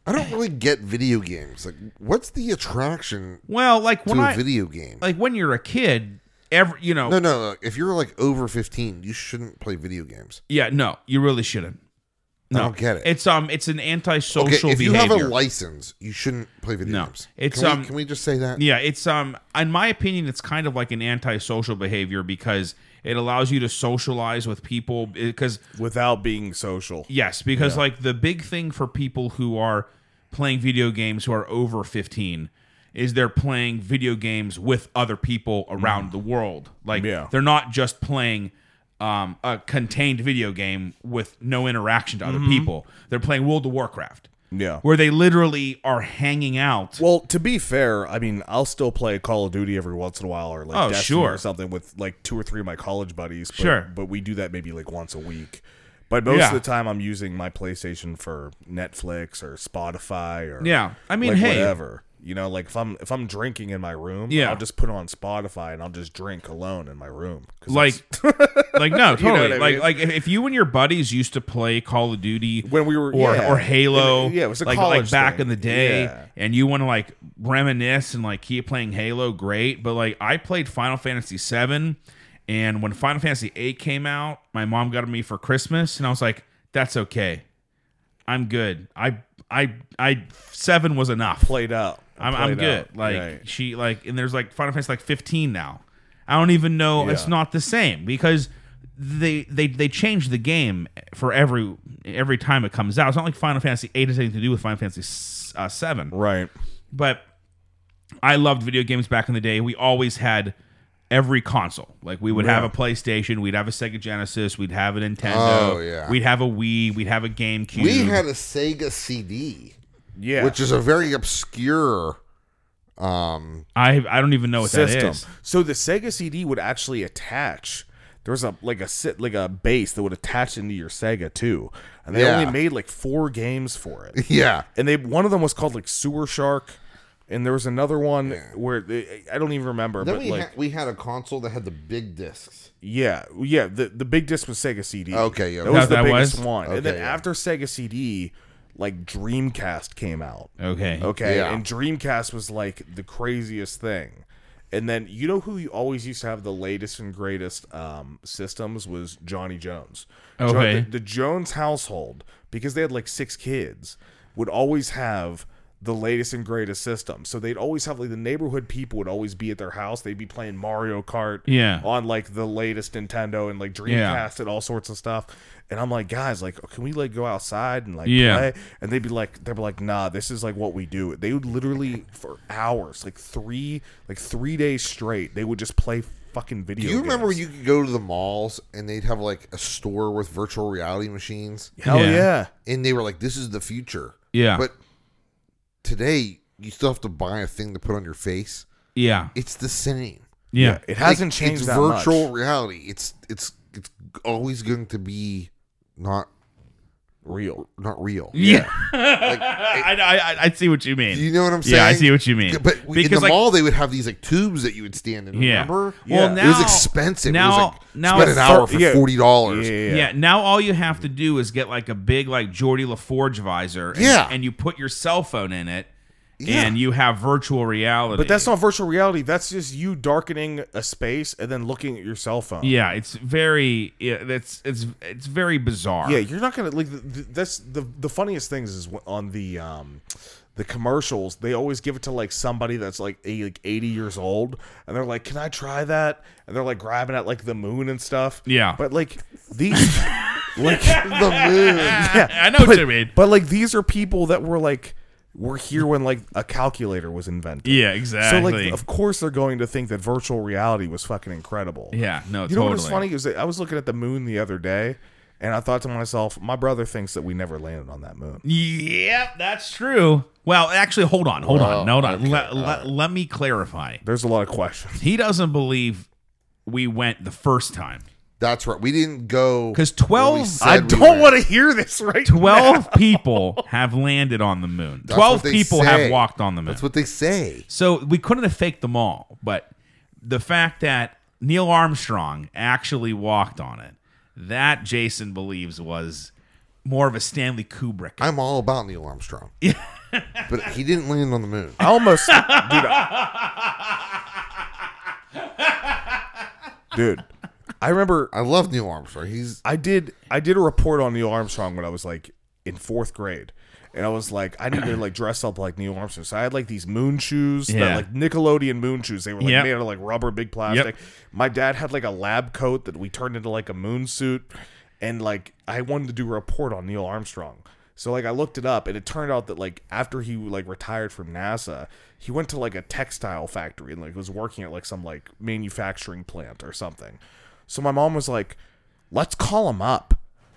I don't really get video games. Like, what's the attraction
Well, like when
to
I
a video game?
like when you're a kid, every you know,
no, no, no. If you're like over fifteen, you shouldn't play video games.
yeah, no, you really shouldn't. No,
don't get it.
It's um, it's an antisocial
Okay, if you
behavior.
have a license, you shouldn't play video
No.
games.
It's,
can we,
um,
can we just say that?
Yeah, it's um in my opinion it's kind of like an antisocial behavior because it allows you to socialize with people because
Without being social.
yes, because like the big thing for people who are playing video games who are over 15 is they're playing video games with other people around
Mm.
the world. Like
Yeah.
they're not just playing um, a contained video game with no interaction to other
Mm-hmm.
people. They're playing World of Warcraft.
Yeah.
Where they literally are hanging out.
Well, to be fair, I mean, I'll still play Call of Duty every once in a while, or like
Oh,
Destiny
sure.
or something with like two or three of my college buddies. But,
Sure.
but we do that maybe like once a week. But most
Yeah.
of the time, I'm using my PlayStation for Netflix or Spotify or
Yeah. I mean,
like,
hey.
whatever. You know, like if I'm if I'm drinking in my room,
Yeah.
I'll just put on Spotify and I'll just drink alone in my room. 'Cause <laughs>
like like no totally
what I
like
mean?
like if, if you and your buddies used to play call of duty
When we were-
or
yeah.
or halo
Yeah, it was a
like,
college
like back
thing.
in the day
Yeah.
and you want to like reminisce and like keep playing halo great but like i played final fantasy 7 and when final fantasy 8 came out my mom got it me for christmas and i was like that's okay i'm good i i i 7 was enough
played out. I
I'm, I'm
played
good.
out.
Like
Right.
she like and there's like Final Fantasy like 15 now. I don't even know it's
Yeah.
not the same because they they they change the game for every every time it comes out. It's not like Final Fantasy 8 has anything to do with Final Fantasy s- uh, 7.
right.
But I loved video games back in the day. We always had every console. Like we would have a PlayStation, we'd have a Sega Genesis, we'd have a Nintendo,
Oh, yeah.
we'd have a Wii, we'd have a GameCube.
We had a Sega CD,
Yeah,
which is a very obscure. Um,
I I don't even know what that
system.
is.
So the Sega CD would actually attach. there was a like a sit like a base that would attach into your Sega too, and they
Yeah.
only made like four games for
<laughs>
it.
Yeah.
and they one of them was called like Sewer Shark, and there was another one where they, I don't even remember.
Then
but
we,
like
ha- we had a console that had the big discs.
yeah, yeah, the the big disc was Sega CD.
Okay, yeah,
that
okay.
was the
That
biggest
was?
one. and then
Okay, yeah.
after Sega CD, like Dreamcast came out.
Okay.
Okay.
Yeah.
And Dreamcast was like the craziest thing. And then you know who you always used to have the latest and greatest um, systems was Johnny Jones. Jo-
Okay.
the, the Jones household, because they had like six kids, would always have the latest and greatest system. So they'd always have like the neighborhood people would always be at their house. They'd be playing Mario Kart
Yeah.
on like the latest Nintendo and like Dreamcast
Yeah.
and all sorts of stuff. And I'm like, guys, like, can we like go outside and like
Yeah.
play? and they'd be like they were like nah this is like what we do they would literally for hours like three like three days straight they would just play fucking video
Do you remember when
games.
you could go to the malls and they'd have like a store with virtual reality machines?
hell
Yeah.
yeah,
And they were like, this is the future.
Yeah.
But today, you still have to buy a thing to put on your face.
yeah.
It's the same.
Yeah.
it hasn't
Like,
changed
It's
that
virtual
much.
reality. It's it's it's always going to be not
real
not real.
<laughs> Yeah. I, I, I see what you mean.
Do you know what I'm saying?
Yeah, I see what you mean.
But we, in
Because,
the
like-
mall, they would have these like tubes that you would stand in.
Yeah.
Remember?
Well,
Yeah.
now
it was expensive. it
Now,
was like
now
spend
it's
an hour
thir-
for
yeah.
forty dollars.
Yeah. now all you have to do is get like a big like Geordie LaForge visor and,
Yeah.
and you put your cell phone in it
Yeah.
and you have virtual reality.
but that's not virtual reality that's just you darkening a space and then looking at your cell phone
Yeah, it's very yeah, that's it's it's very bizarre.
Yeah, you're not gonna like. th- th- That's the the funniest things is wh- on the um the commercials. They always give it to like somebody that's like a, like 80 years old, and they're like, "Can I try that?" And they're like grabbing at like the moon and stuff.
Yeah.
but like these, <laughs>
<laughs>
like
The moon.
yeah,
I know what
but-
you mean.
But like these are people that were like were here when like a calculator was invented.
Yeah,
So
exactly.
like, of course they're going to think that virtual reality was fucking incredible.
yeah, no,
You know
totally.
what is funny is that I was looking at the moon the other day, and I thought to myself, my brother thinks that we never landed on that moon.
Yep, that's true. Well, actually, hold on, hold on,
Well,
hold on. let, let, let me clarify.
There's a lot of questions.
He doesn't believe we went the first
<laughs>
time
That's right. We didn't go
because
where we
12,
said
I
we
don't
went.
want to hear this <laughs> right.
12 people have landed on the moon.
That's
Twelve
what they
people
say.
have walked on the moon.
That's what they say.
So we couldn't have faked them all, but the fact that Neil Armstrong actually walked on it, that Jason believes was more of a Stanley Kubrick.
I'm all about Neil Armstrong. but he didn't land on the moon.
I almost, dude. I- dude, I remember
I love Neil Armstrong. He's
I did I did a report on Neil Armstrong when I was like in fourth grade. And I was like, I need to like dress up like Neil Armstrong. So I had like these moon shoes,
Yeah.
that, like Nickelodeon moon shoes. They were like
Yep.
made out of like rubber, big plastic. My dad had like a lab coat that we turned into like a moon suit. And like I wanted to do a report on Neil Armstrong. So like I looked it up and it turned out that like after he like retired from NASA, he went to like a textile factory and like was working at like some like manufacturing plant or something. So my mom was like, let's call him up.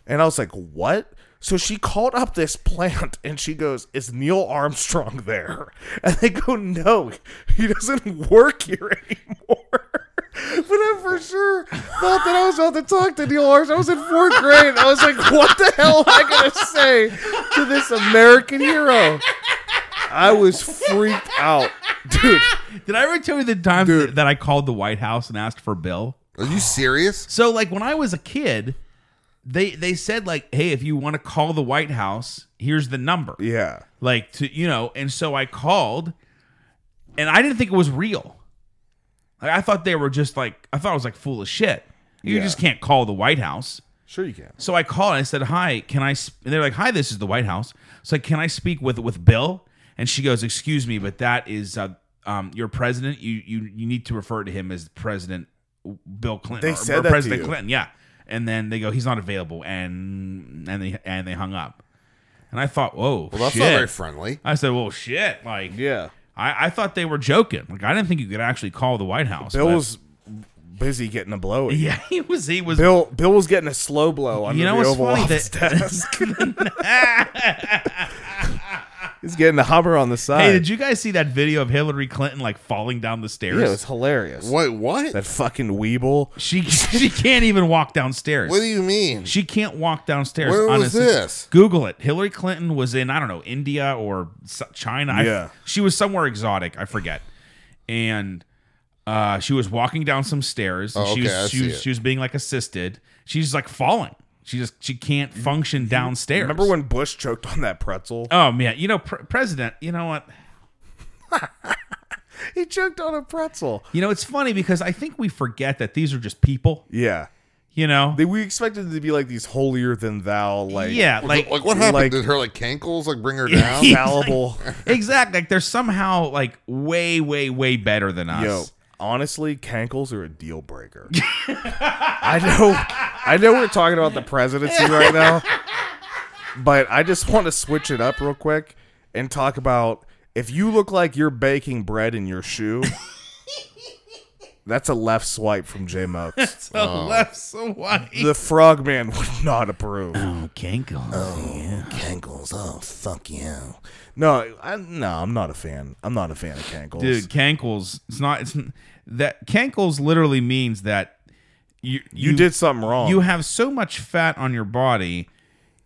And I was like, what? So she called up this plant and she goes, Is Neil Armstrong there? <laughs> And they go, No, he doesn't work here <laughs> anymore. But I for sure thought that I was about to talk to Neil Armstrong. I was in fourth grade. I was like, What the hell am I going to say to this American hero? I was freaked out. Dude,
Did I ever tell you the time that I called the White House and asked for Bill?
Are you serious?
So like when I was a kid, they they said like, "Hey, if you want to call the White House, here's the number."
yeah.
Like to you know, and so I called, and I didn't think it was real. Like I thought they were just like I thought I was like full of shit. You
Yeah.
just can't call the White House.
Sure, you can.
So I called and I said, "Hi, can I?" Sp-? And they're like, "Hi, this is the White House." So like, can I speak with with Bill? And she goes, "Excuse me, but that is uh, um, your president. You you you need to refer to him as President Bill Clinton.
They
or,
said
or
that to
President
you?
Clinton, yeah." And then they go, "He's not available," and and they and they hung up. And I thought, "Whoa,
Well, that's
shit."
not very friendly.
I said, "Well, shit!" Like,
Yeah.
I, I thought they were joking. Like, I didn't think you could actually call the White House.
Bill
but-
was busy getting a
<laughs>
blow.
yeah, he was, he was
Bill Bill was getting a slow blow
<laughs>
under
You know what's
the Oval
funny?
Office
That-
desk. He's getting the Hummer on the side.
Hey, did you guys see that video of Hillary Clinton like falling down the stairs?
Yeah, it was hilarious.
Wait, what?
That fucking weeble.
She <laughs> she can't even walk downstairs.
What do you mean?
She can't walk downstairs.
Where was
honestly.
this?
Google it. Hillary Clinton was in I don't know India or S- China. I-
Yeah.
she was somewhere exotic. I forget. And uh, she was walking down some stairs. And
Oh,
she
okay, I
was she
see
was,
it.
she was being like assisted. She's like falling. She just she can't function downstairs.
Remember when Bush choked on that pretzel?
Oh man, you know pre- president. You know what?
He choked on a pretzel.
You know it's funny because I think we forget that these are just people.
Yeah.
You know.
They, we expected to be like these holier than thou, like <laughs>
yeah, like
<laughs> Like what happened?
Like-
Did her like cankles like bring her down?
fallible.
exactly. Like they're somehow like way, way, way better than us.
Yo, honestly, cankles are a deal breaker. I know, I know, we're talking about the presidency right now, but I just want to switch it up real quick and talk about if you look like you're baking bread in your shoe. That's a left swipe from J Mox.
<laughs> So Oh, left, so white.
The frogman would not approve.
Oh, Kenko.
Cankles, oh fuck you. No, I, no, I'm not a fan. I'm not a fan of Cankles.
Dude, Kankles. It's not. It's n- that Kankles literally means that you
you, did something wrong.
you have so much fat on your body,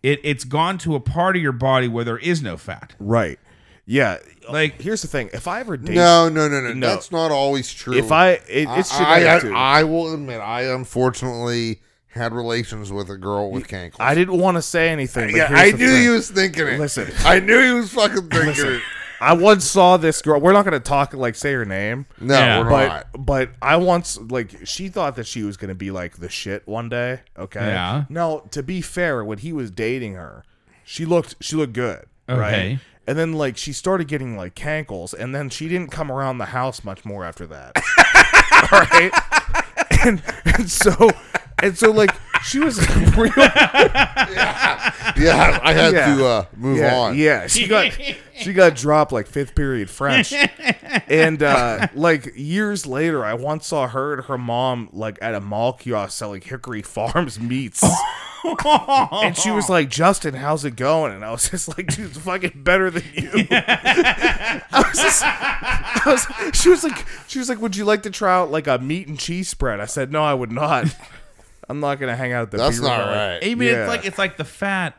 it it's gone to a part of your body where there is no
<laughs>
fat.
right. Yeah.
Like-
here's the thing. If I ever date
No, no, no, no,
No.
That's not always true.
if I it, it's
I,
genetic,
I,
dude.
I, I will admit, I unfortunately had relations with a girl with cankles.
I didn't want to say anything. But
yeah,
here's
I
the
knew
thing.
he was thinking it.
Listen.
<laughs> I knew he was fucking thinking it.
I once saw this girl. We're not going to talk like say her name.
No,
Yeah.
we're
But
not.
but I once like she thought that she was gonna be like the shit one day. Okay.
Yeah.
Now to be fair, when he was dating her, she looked she looked good.
Okay.
Right. And then like she started getting like cankles, and then she didn't come around the house much more after that. <laughs> All right. And, and so and so like she was a <laughs> real
<laughs> Yeah, I had
Yeah.
to uh, move
yeah,
on.
Yeah, she got
<laughs>
she got dropped like fifth period French, and uh, like years later, I once saw her and her mom like at a mall kiosk selling Hickory
<laughs>
Farms meats, and she was like, "Justin, how's it going?" And I was just like, "Dude, it's fucking better than you." <laughs> I was just, I was, she was like, she was like, "Would you like to try out like a meat and cheese spread?" I said, "No, I would not." I'm not gonna hang out at the.
That's
beer
not
bar."
right.
I mean,
Yeah.
it's like it's like the fat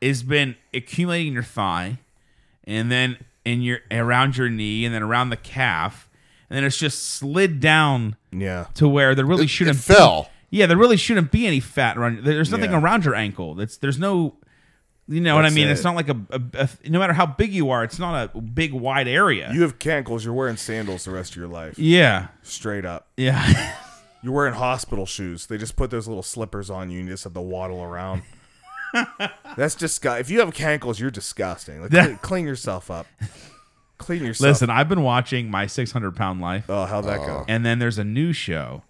has been accumulating in your thigh, and then in your around your knee, and then around the calf, and then it's just slid down
Yeah.
to where there really
It
shouldn't be-
fell.
yeah, there really shouldn't be any fat around. There's nothing
Yeah.
around your ankle. That's there's no. You know what I
That's
mean?
it.
It's not like a, a, a- no matter how big you are, it's not a big wide area.
You have cankles. You're wearing sandals the rest of your life.
yeah,
Straight up.
yeah.
You're wearing hospital shoes. They just put those little slippers on you and you just have to waddle
<laughs>
around. That's disgust. If you have cankles, you're disgusting. Like,
That-
clean, clean yourself up. Clean
<laughs>
yourself.
Listen, I've been watching my 600 pound life,
Oh, how'd that go?
and then there's a new show,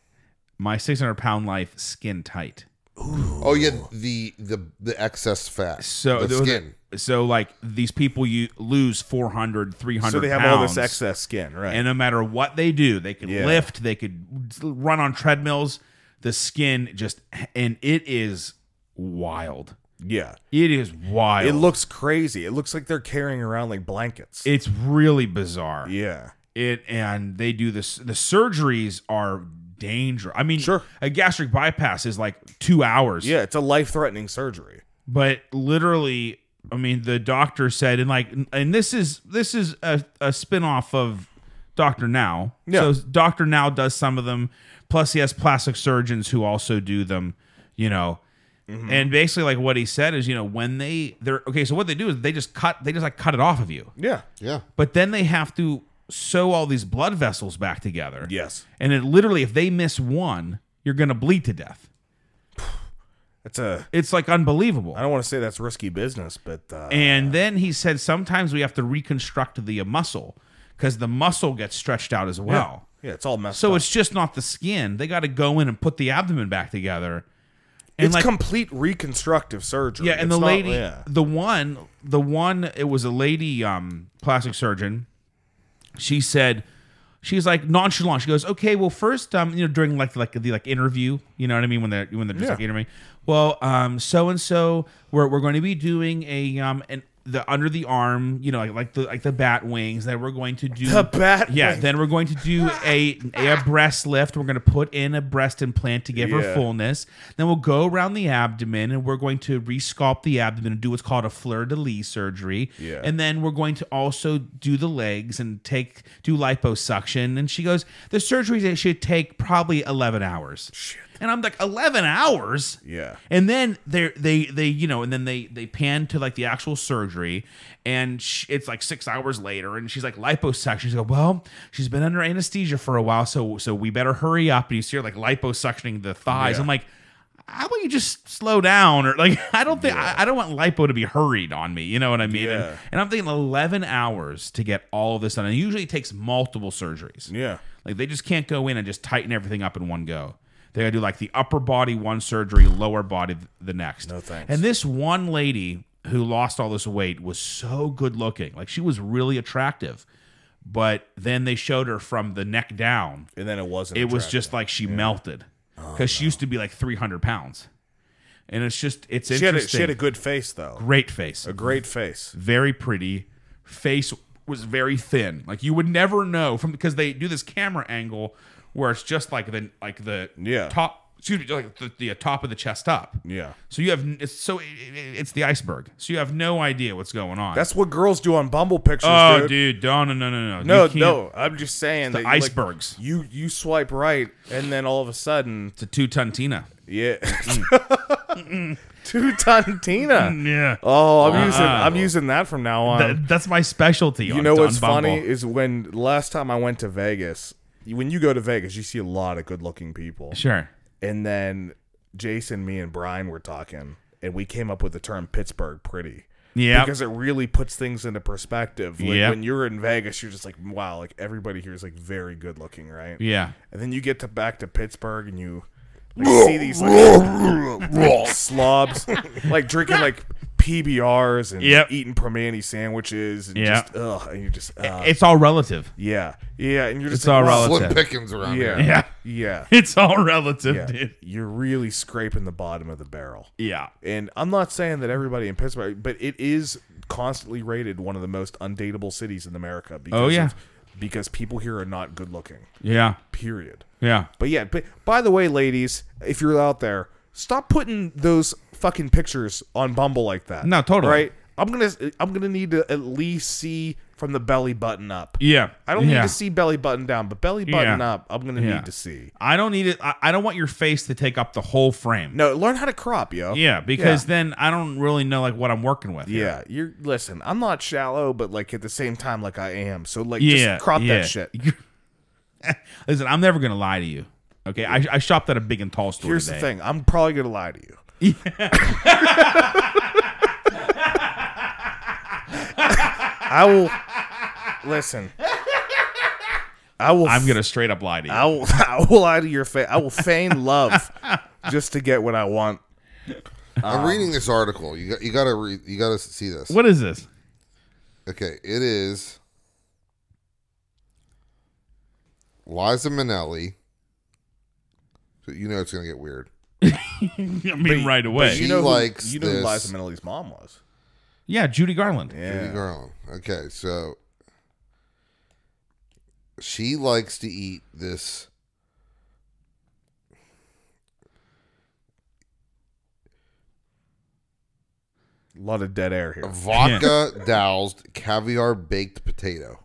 my 600 pound life, skin tight.
Oh yeah, the the the excess fat.
so
the
there was a-
skin.
so like these people you lose 400 300
So they have all this
Oh, pounds,
excess skin, right?
and no matter what they do they could
Yeah.
lift they could run on treadmills the skin just and it is wild
yeah.
it is wild
It looks crazy. It looks like they're carrying around like blankets.
it's really bizarre
yeah.
it and they do this the surgeries are dangerous i mean
Sure.
a gastric bypass is like two hours
Yeah, it's a life threatening surgery.
but literally i mean the doctor said and like and this is this is a, a spin-off of doctor now
Yeah.
so doctor now does some of them plus he has plastic surgeons who also do them you know
Mm-hmm.
and basically like what he said is you know when they they're okay so what they do is they just cut they just like cut it off of you
Yeah.
Yeah.
but then they have to sew all these blood vessels back together
Yes.
and it literally if they miss one you're gonna bleed to death
That's a.
it's like unbelievable
I don't want to say that's risky business, but uh,
And then he said sometimes we have to reconstruct the muscle because the muscle gets stretched out as well.
yeah, it's all messed
So
up.
it's just not the skin. They got to go in and put the abdomen back together. And
it's
like
complete reconstructive surgery.
yeah, and
It's
the
not-
lady,
yeah.
the one, the one, it was a lady, um, plastic surgeon. She said, she's like nonchalant. She goes, okay, well, first, um, you know, during like like the like interview, you know what I mean, when they're when they're just like
Yeah.
interviewing. Well, um, so and so, we're we're going to be doing a um an the under the arm, you know, like, like the like the bat wings. That we're going to do
The bat
Yeah,
wing.
then we're going to do a a breast lift. We're going to put in a breast implant to give
Yeah.
her fullness. Then we'll go around the abdomen and we're going to resculpt the abdomen and do what's called a fleur de lis surgery.
Yeah.
And then we're going to also do the legs and take do liposuction. And she goes, the surgery that should take probably eleven hours. Shit. And I'm like, eleven hours.
Yeah.
And then they they they you know, and then they they pan to like the actual surgery, and sh it's like six hours later, and she's like liposuction. She's like, well, she's been under anesthesia for a while, so so we better hurry up. And you see her like liposuctioning the thighs.
Yeah.
I'm like. How about you just slow down, or like <laughs> I don't think I, I don't want lipo to be hurried on me. You know what I mean?
Yeah.
And, and I'm thinking 11 hours to get all of this done. It usually takes multiple surgeries.
Yeah.
Like they just can't go in and just tighten everything up in one go. They gotta do like the upper body one surgery, lower body th- the next. No
thanks.
And this one lady who lost all this weight was so good looking. Like she was really attractive. But then they showed her from the neck down.
And then it wasn't.
It was
attractive. Oh,
just like she melted. Because she used to be like 300 pounds. And it's just, it's
She had, a,
interesting.
she had a good face though.
great face
A great face.
very pretty. Face was very thin. Like you would never know from because they do this camera angle where it's just like the like the
Yeah.
top excuse me like the, the top of the chest up.
Yeah.
So you have n- it's so it, it- it's the iceberg. So you have no idea what's going on.
That's what girls do on Bumble pictures,
oh
dude.
dude, no no no no no
No,
You can't-
no. I'm just saying that you, like,
icebergs.
you you swipe right, and then all of a sudden,
It's a two ton Tina.
yeah, <laughs> two ton Tina.
Yeah.
Oh, I'm using I'm using that from now on.
that's my specialty.
you know what's funny is when last time I went to Vegas. When you go to Vegas, you see a lot of good-looking people.
Sure.
And then Jason, me, and Brian were talking, and we came up with the term Pittsburgh pretty.
Yeah.
Because it really puts things into perspective. Like
Yep.
when you're in Vegas, you're just like, wow, like everybody here is like very good looking, right?
Yeah.
And then you get to back to Pittsburgh and you like, see these like, slobs like drinking like PBRs and
Yep.
eating Permani sandwiches and
Yeah.
just ugh and you're just uh,
It's all relative. <laughs>
yeah. Yeah, and you're just
It's
like,
all
wow,
relative.
Slim pickings around
Yeah.
here.
Yeah. <laughs>
Yeah.
It's all relative,
Yeah.
dude.
You're really scraping the bottom of the barrel.
Yeah.
And I'm not saying that everybody in Pittsburgh, but it is constantly rated one of the most undateable cities in America. Because
Oh, yeah.
of- because people here are not good looking.
Yeah.
Period.
Yeah.
But yeah, but by the way, ladies, if you're out there, stop putting those fucking pictures on Bumble like that.
No, totally.
Right? I'm gonna I'm gonna need to at least see from the belly button up.
Yeah.
I don't
Yeah.
need to see belly button down, but belly button
Yeah.
up, I'm gonna
Yeah.
need to see.
I don't need it. I, I don't want your face to take up the whole frame.
No, learn how to crop, yo.
Yeah, because then I don't really know like what I'm working with. here.
Yeah, you're listen, I'm not shallow, but like at the same time, like I am. So like
Yeah.
just crop
yeah. <laughs>
that shit.
Listen, I'm never gonna lie to you. Okay, I, I shopped at a big and tall store.
Here's the
today.
thing, I'm probably gonna lie to you. <laughs> I will listen. I will
I'm gonna straight up lie to you.
I will <laughs> I will lie to your face. I will
<laughs>
feign love just to get what I want.
I'm reading this article. You got, you got to read. You got to see this.
what is this? <laughs>
Okay, it is Liza Minnelli. So you know it's gonna get weird.
I mean, right away.
She
you know who-
likes
you know who
this.
Liza Minnelli's mom was.
yeah, Judy Garland.
Judy
Yeah.
Garland. Okay, so she likes to eat this.
A lot of dead air here.
Vodka <laughs> doused caviar baked potato.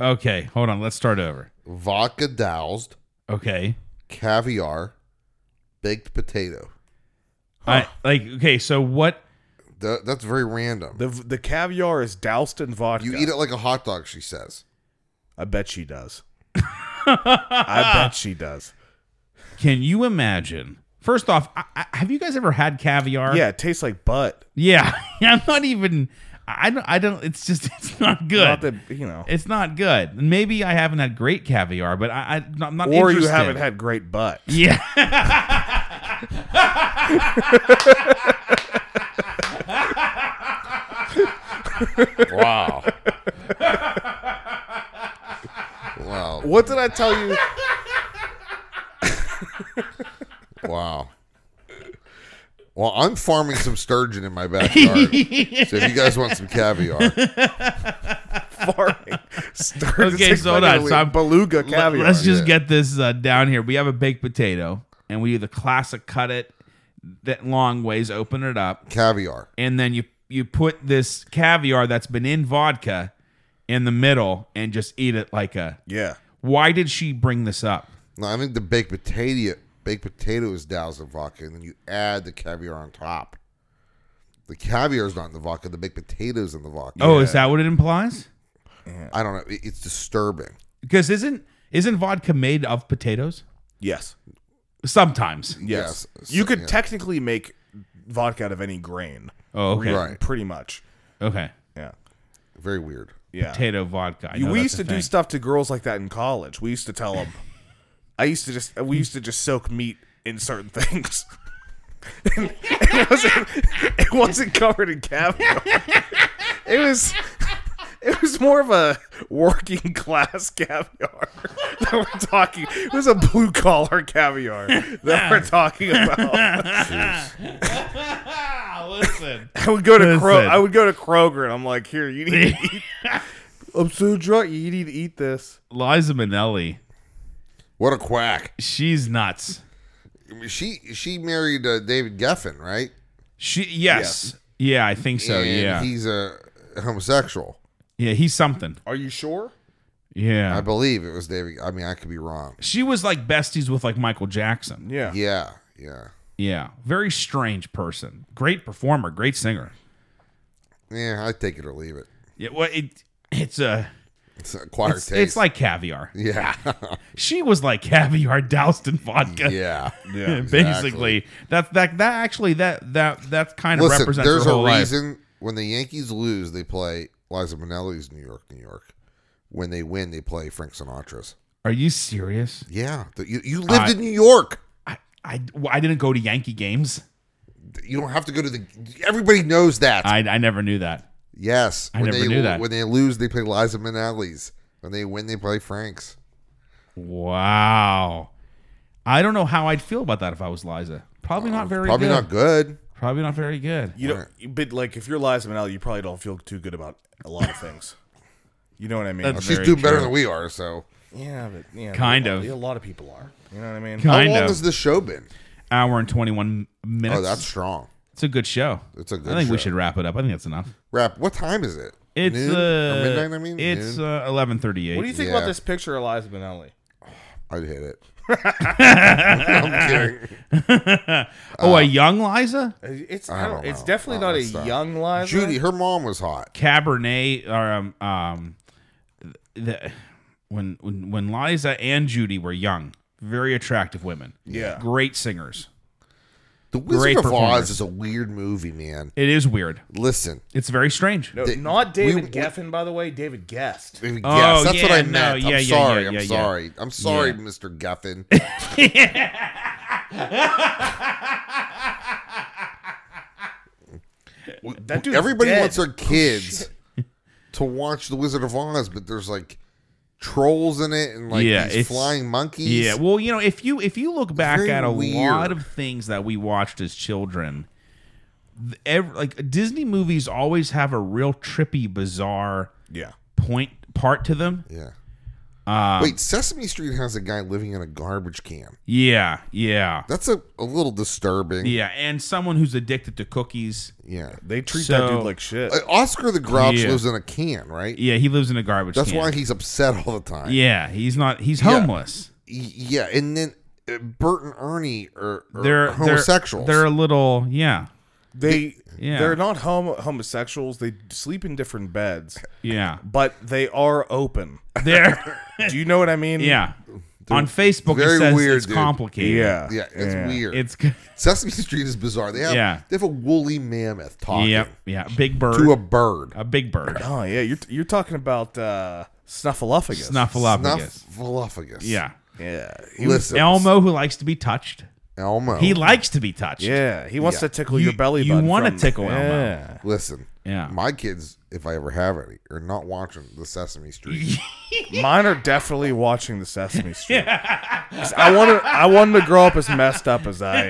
Okay, hold on. Let's start over.
Vodka doused
Okay.
caviar baked potato.
I like. Okay, so what?
Th- that's very random.
The the caviar is doused in vodka.
you eat it like a hot dog, she says.
I bet she does.
<laughs>
I bet she does.
Can you imagine? First off, I, I, have you guys ever had caviar?
Yeah, it tastes like butt.
Yeah, <laughs> I'm not even. I don't. I don't. It's just. <laughs> It's not good.
Not that you know.
it's not good. Maybe I haven't had great caviar, but I, I, I'm not.
Or you
interested.
haven't had great butt.
<laughs>
<laughs>
Yeah.
Wow. wow.
What did I tell
<laughs>
you?
Wow. Well, I'm farming some sturgeon in my backyard. so if you guys want some caviar,
farming. Start
Okay, so hold on. So I'm-
beluga
Let-
caviar.
<laughs> Let's just
Yeah.
get this uh, down here. We have a baked potato, and we do the classic cut it that long ways, open it up,
caviar.
and then you you put this caviar that's been in vodka in the middle and just eat it like a.
yeah.
Why did she bring this up?
No, I think the baked potato baked potato is doused in vodka, and then you add the caviar on top. The caviar is not in the vodka. The baked potatoes in the vodka.
Oh, is that what it implies?
I don't know. It, it's disturbing.
Because isn't isn't vodka made of potatoes?
Yes.
Sometimes.
Yes.
Yes.
you
So,
could
yeah.
technically make vodka out of any grain.
Oh, okay.
Really,
Right.
Pretty much.
Okay.
Yeah.
Very weird.
Yeah.
Potato vodka. I
You-
know
we
that's
used
a
to do
thing.
stuff to girls like that in college. We used to tell them. I used to just we used to just soak meat in certain <laughs> things. And it, wasn't, it wasn't covered in caviar. It was it was more of a working class caviar that we're talking. It was a blue collar caviar that we're
<laughs>
talking about.
Listen.
I would go to Kro-
Listen.
I would go to Kroger and I'm like, here, you need to
<laughs>
eat. I'm so drunk. You need to eat this.
<laughs> Liza Minnelli.
What a quack.
She's nuts.
I mean, She she married uh, David Geffen, right?
She yes. Yeah, I think so.
And
yeah.
he's a homosexual.
yeah, he's something.
Are you sure?
Yeah.
I believe it was David. I mean, I could be wrong.
she was like besties with like Michael Jackson.
Yeah.
Yeah, yeah,
Yeah. Very strange person. Great performer, great singer.
yeah. I take it or leave it.
Yeah, well it it's a
It's acquired
it's,
taste.
it's like caviar.
<laughs> yeah,
She was like caviar doused in vodka.
yeah.
<laughs>
Yeah.
Basically, that's that that actually that that that kind of
Listen,
represents
there's
her
a
whole life.
reason when the Yankees lose, they play Liza Minnelli's New York, New York. When they win, they play Frank Sinatra's.
Are you serious?
Yeah, the- you, you lived
I-
in New York.
I I, well, I didn't go to Yankee games.
You don't have to go to the. Everybody knows that.
I I never knew that.
yes,
I
when
never
they,
knew that.
When they lose, they play Liza Minnelli's. When they win, they play Frank's.
Wow. I don't know how I'd feel about that if I was Liza. Probably not very
Probably
good.
not good.
Probably not very good.
You don't, but like if you're Liza Minnelli, you probably don't feel too good about a lot of things. You know what I mean?
That's-
She's
Very
doing better
true.
than we are. So,
yeah, but yeah,
Kind
a lot-
of.
A lot of people are. You know what I mean?
how
Kind
long
of.
has this show been?
Hour and 21 minutes.
Oh, that's strong.
it's a good show.
It's a good
I think we
show.
should wrap it up. I think that's enough.
Rap. What time is it?
It's
Noon?
uh
or midnight. I mean,
It's
Noon?
uh 11:38.
What do you think
Yeah.
about this picture of Liza Minnelli?
uh,
I'd
<laughs>
hit it. I'm kidding. Uh,
oh, a young Liza?
It's
I
I don't, Oh,
don't
it's
know.
definitely
Not
not a
my style.
young Liza.
Judy, her mom was hot.
Cabernet or um um the when when when Liza and Judy were young, very attractive women.
Yeah.
Great singers.
The Wizard
Great
of
performers.
Oz is a weird movie, man.
It is weird.
Listen,
It's very strange.
No,
They-
not David
we-
Geffen, by the way. David Guest.
yes,
Oh,
that's what
yeah,
I
no,
meant. I'm
yeah, yeah,
sorry.
yeah,
I'm
yeah, yeah.
sorry. I'm sorry,
Yeah.
Mr. Guffin.
That dude's
Everybody
dead.
wants their
Oh,
kids to watch The Wizard of Oz, but there's like trolls in it and like
Yeah,
these
it's-
flying monkeys.
Yeah, well, you know, if you if you look back
very
at a
weird.
lot of things that we watched as children, th- ev like Disney movies always have a real trippy, bizarre
Yeah.
point part to them.
yeah.
Um,
Wait, Sesame Street has a guy living in a garbage can.
Yeah, yeah,
That's a, a little disturbing.
yeah, and someone who's addicted to cookies.
Yeah.
They treat that
So-
dude like shit.
Uh, Oscar the Grouch
Yeah.
lives in a can, right?
Yeah, he lives in a garbage.
That's
can.
why he's upset all the time.
yeah, he's not. He's homeless.
Y- yeah. And then uh, Bert and Ernie are, are
They're they're-
Er, homosexuals.
They're, a little. Yeah,
they
Yeah.
they're not homo- homosexuals. They sleep in different beds,
<laughs>
yeah.
but they are open.
They're
Do you know what I
<laughs>
mean?
yeah. On Facebook,
very
it says
weird,
it's
dude.
complicated.
Yeah.
yeah, it's weird.
it's
Sesame Street is bizarre. They have
Yeah.
they have a woolly mammoth talking
yep, yeah. Big bird.
to a bird.
A big bird.
Oh yeah, you're you're talking about uh, Snuffleupagus.
Snuffleupagus.
Snuffleupagus.
Yeah.
Yeah, he was-
Listen,
Elmo who likes to be touched.
Elmo.
He likes to be touched.
Oh yeah, he wants
Yeah.
to tickle
You-
your belly
you
button.
wanna
from-
tickle Elmo.
yeah.
Listen,
Yeah.
my kids, if I ever have any, are not watching the
<laughs>
Sesame Street.
Mine are definitely watching the Sesame
<laughs>
Street. 'Cause I want to I want 'em to grow up as messed up as I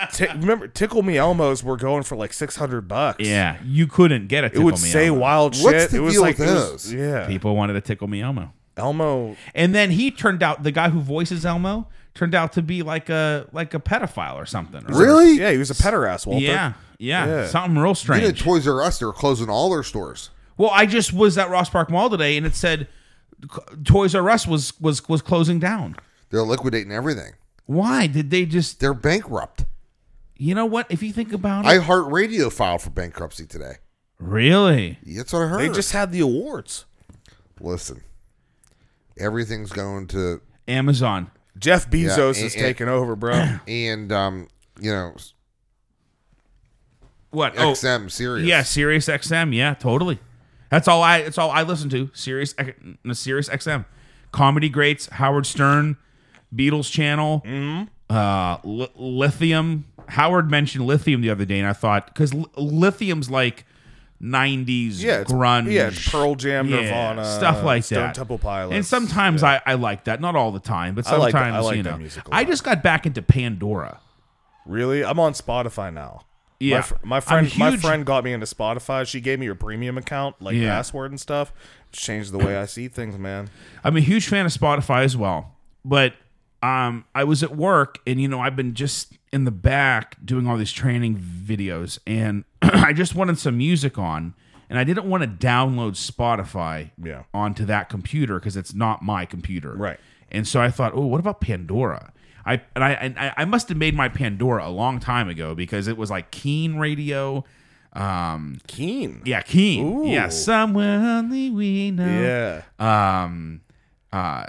am. Ti- remember, Tickle Me Elmos were going for like six hundred bucks.
Yeah, you couldn't get a
it
tickle
would
me
say
Elmo.
wild shit.
What's the
it was
deal
like
with
it was-
those?
yeah,
People wanted a tickle me Elmo.
Elmo.
And then he turned out the guy who voices Elmo turned out to be like a like a pedophile or something. Or-
Really?
Yeah, he was a pederast. Walter.
Yeah, yeah,
Yeah.
something real
You know,
strange.
Toys R Us, they're closing all their stores.
well, I just was at Ross Park Mall today, and it said Toys R Us was was was closing down.
They're liquidating everything.
Why did they just?
They're bankrupt.
You know what? If you think about it,
iHeartRadio filed for bankruptcy today.
really,
That's what I heard.
They just had the awards.
listen. Everything's going to
Amazon.
Jeff Bezos
and-
is
and-
taking over, bro.
and um, you know,
What? Oh,
XM serious.
Yeah, Sirius XM. Yeah, totally. That's all I. That's all I listen to. Sirius, no, Sirius XM, comedy greats, Howard Stern, Beatles channel,
Mm-hmm.
uh, Li- Lithium. Howard mentioned Lithium the other day, and I thought because Lithium's like '90s
Yeah, it's-
grunge,
yeah, it's Pearl Jam, Nirvana,
stuff like
Stone
that.
Temple Pilots.
And sometimes I, I like that, not all the time, but
I like
sometimes
that- I like
you
that
know.
music a
I
lot.
just got back into Pandora.
Really, I'm on Spotify now.
Yeah.
my, fr- my
I'm
friend, my
huge-
friend got me into Spotify. She gave me her premium account, like
Yeah.
password and stuff. Changed the way I see things, man.
I'm a huge fan of Spotify as well, but um, I was at work and you know I've been just in the back doing all these training videos, and <clears throat> I just wanted some music on, and I didn't want to download Spotify
Yeah.
onto that computer because it's not my computer,
Right.
And so I thought, oh, what about Pandora? I and I and I, I must have made my Pandora a long time ago because it was like Keen Radio. Um,
Keen.
yeah, Keen.
Ooh.
Yeah, somewhere only we know
Yeah.
um uh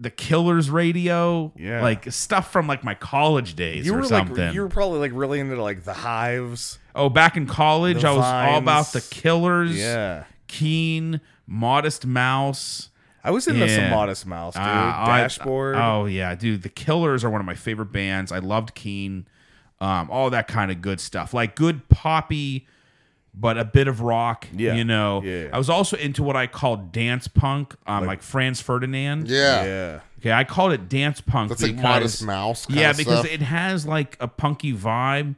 the killers radio
Yeah.
like stuff from like my college days
You
or
were
something
like you were probably like really into like the hives.
oh back in college
The
i was all
Vines.
about the killers
Yeah.
keen modest mouse
I was into some
Yeah.
Modest Mouse, dude.
Ah, I-
Dashboard.
oh yeah dude the killers are one of my favorite bands i loved keen um all that kind of good stuff like good poppy but a bit of rock
Yeah.
you know
Yeah, yeah.
i was also into what i called dance punk um like, franz ferdinand
Yeah.
yeah.
Okay, I called it dance punk.
That's like
because-
Modest Mouse kinda
yeah, because
stuff.
it has like a punky vibe,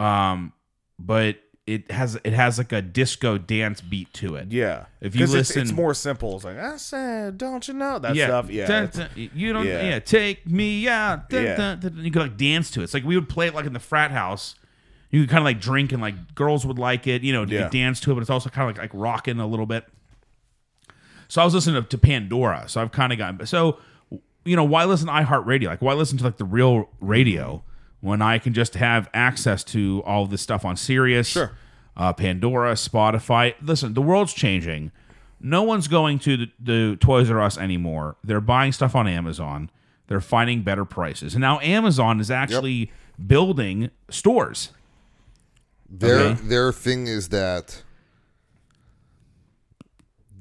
um, but it has it has like a disco dance beat to it.
Yeah.
If you
'Cause it's- it's,
listen-
more simple. It's like I said, don't you know that
yeah,
stuff? Yeah.
Dun,
it's-
dun, you don't.
yeah.
Yeah. take me out. Dun,
Yeah.
dun, dun, dun. You could like dance to it. It's like we would play it like in the frat house. You could kind of like drink and like girls would like it. You know, you
Yeah.
dance to it, but it's also kind of like like rocking a little bit. So I was listening to, to Pandora. So I've kind of gotten so you know why listen to iHeartRadio? Like why listen to like the real radio when I can just have access to all this stuff on Sirius,
Sure.
uh, Pandora, Spotify. Listen, the world's changing. No one's going to the, the Toys R Us anymore. They're buying stuff on Amazon. They're finding better prices, and now Amazon is actually building stores.
Their
Okay.
their thing is that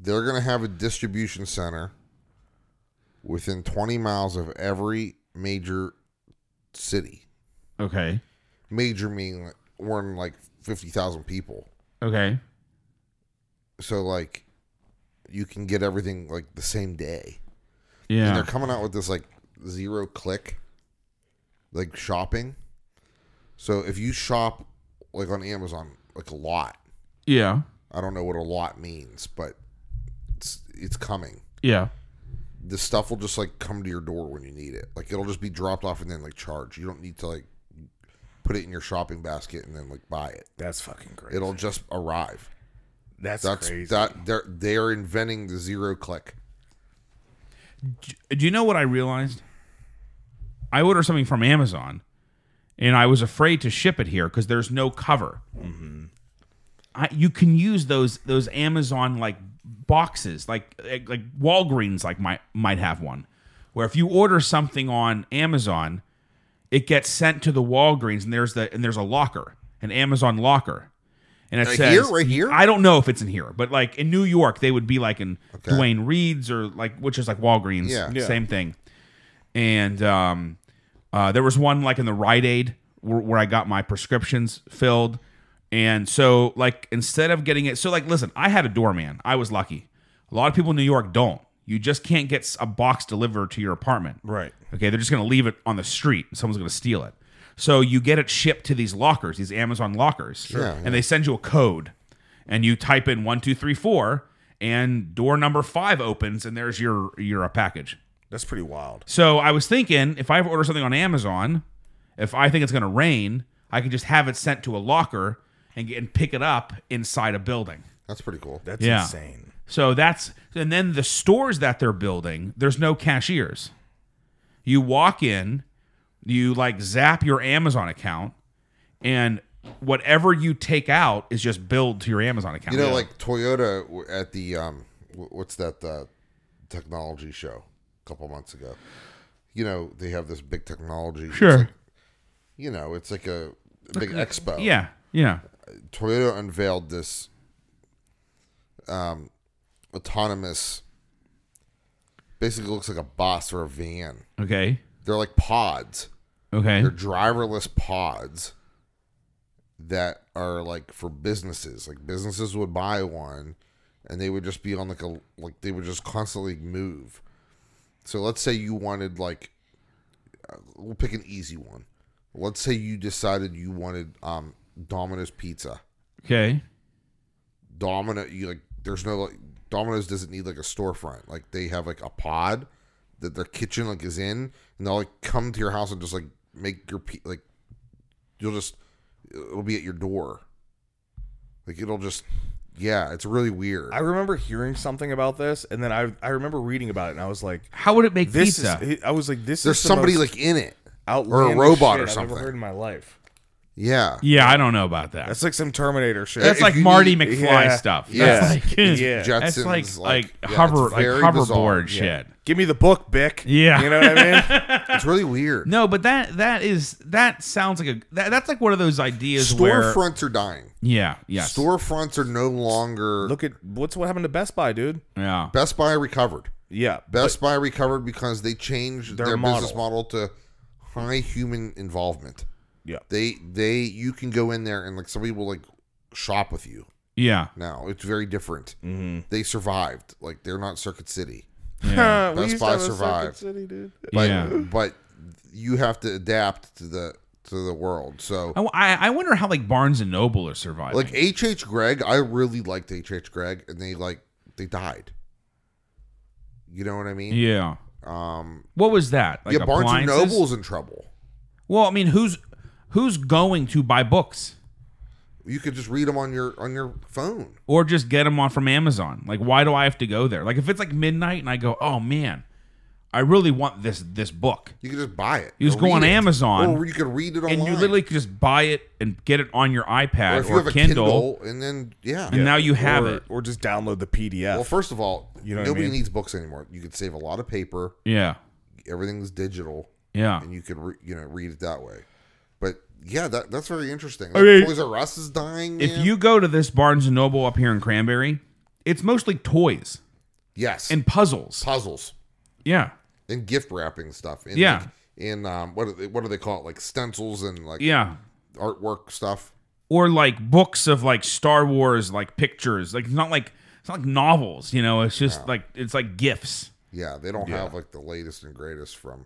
they're gonna have a distribution center within twenty miles of every major city.
Okay.
Major meaning like, more than like fifty thousand people.
Okay.
So like you can get everything like the same day. And
Yeah.
they're coming out with this like zero click like shopping. So if you shop like on Amazon like a lot,
Yeah.
I don't know what a lot means, but it's it's coming.
Yeah.
The stuff will just like come to your door when you need it. Like it'll just be dropped off and then like charged. You don't need to like put it in your shopping basket and then like buy it.
That's fucking great.
It'll just arrive.
That's,
That's
crazy.
that they're they're inventing the zero click.
Do you know what I realized? I order something from Amazon, and I was afraid to ship it here because there's no cover. Mm-hmm. I, you can use those those Amazon like boxes, like like like Walgreens, like might might have one, where if you order something on Amazon, it gets sent to the Walgreens, and there's the and there's a locker, an Amazon locker, and it
Right
says
here? Right here?
I don't know if it's in here, but like in New York, they would be like in Dwayne Reed's or like which is like Walgreens,
Yeah.
Yeah.
same thing. And um, uh, there was one like in the Rite Aid where, where I got my prescriptions filled, and so like instead of getting it, so like listen, I had a doorman. I was lucky. A lot of people in New York don't. You just can't get s- a box delivered to your apartment.
Right.
Okay, they're just gonna leave it on the street. and Someone's gonna steal it. So you get it shipped to these lockers, these Amazon lockers,
Yeah,
and they send you a code, and you type in one two three four, and door number five opens, and there's your your uh, package.
That's pretty wild.
So I was thinking, if I ever order something on Amazon, if I think it's going to rain, I can just have it sent to a locker and, get, and pick it up inside a building.
That's pretty cool.
That's
Yeah.
insane.
So that's and then the stores that they're building, there's no cashiers. You walk in, you like zap your Amazon account, and whatever you take out is just billed to your Amazon account.
You know, like Toyota w- at the um, wh- what's that uh, technology show a couple months ago? You know, they have this big technology. it's
Sure.
like- you know, it's like a, a big expo.
yeah, yeah,
Toyota unveiled this um, autonomous, basically looks like a bus or a van.
okay,
They're like pods.
okay,
They're driverless pods that are like for businesses. Like businesses would buy one, and they would just be on like a like they would just constantly move. So let's say you wanted like, uh, we'll pick an easy one. Let's say you decided you wanted um Domino's pizza.
okay,
Domino, you like there's no like Domino's doesn't need like a storefront. Like they have like a pod that their kitchen like is in, and they'll like come to your house and just like make your pe- like you'll just it'll be at your door. Like it'll just yeah, it's really weird.
I remember hearing something about this, and then I I remember reading about it, and I was like,
How would it make
"This
pizza?
is." I was like, "This
there's
is the
somebody
most
like in it.
outlandish
robot
shit
or
I've
something.
ever heard in my life."
Yeah,
yeah, I don't know about that.
That's like some Terminator shit.
That's
if
like
you
Marty
need-
McFly
yeah,
stuff.
yeah,
That's like,
it's
<laughs>
Yeah.
that's like
Jetsons,
like,
like- yeah, it's
hover like
very
hoverboard
bizarre,
shit.
yeah.
Give me the book, Bick.
Yeah.
you know what I
<laughs>
mean.
it's really
<laughs>
weird.
No, but that that is that sounds like a that, that's like one of those ideas where
Storefronts are dying.
yeah yes
Storefronts are no longer.
Look at what's what happened to Best Buy, dude.
yeah
Best Buy recovered.
Yeah,
Best Buy recovered because they changed
Their
their, business model to high human involvement.
yeah.
They they you can go in there and like somebody will like shop with you
yeah
now. It's very different. Mm-hmm. They survived. Like they're not Circuit City,
yeah
<laughs> we
Best
used to
Buy
have a Circuit
survived.
City, dude.
but
Yeah.
but you have to adapt to the to the world. So
I, I I wonder how like Barnes and Noble are surviving
like H H Greg, I really liked H H Greg, and they like they died. You know what I mean?
yeah
Um,
what was that like
yeah, Barnes and
appliances?
Noble's in trouble.
well I mean who's who's going to buy books
You could just read them on your on your phone.
or just get them on from Amazon like why do I have to go there like if it's like midnight and I go oh man I really want this this book
You could just buy it.
You just
or
go
read
on
it.
Amazon,
or you could read it online.
and you literally could just buy it and get it on your
or
iPad
if
or,
you have a
Kindle,
Kindle, and then yeah.
and now Oh, you have
or,
it
or just download the PDF.
Well, first of all,
You know what I
nobody
mean?
needs books anymore. You could save a lot of paper.
yeah
Everything's digital,
yeah
and you could re- you know read it that way. But yeah, that that's very interesting.
mean-
Like, Toys R Us is dying.
If
man.
you go to this Barnes and Noble up here in Cranberry, it's mostly toys
yes, and
and puzzles.
puzzles
Yeah.
and gift wrapping stuff. And
Yeah.
like, and um, what do they, what do they call it? Like stencils and like
Yeah.
artwork stuff.
Or like books of like Star Wars like pictures. Like it's not like it's not like novels, you know, it's just like it's like gifts.
Yeah, they don't have like the latest and greatest from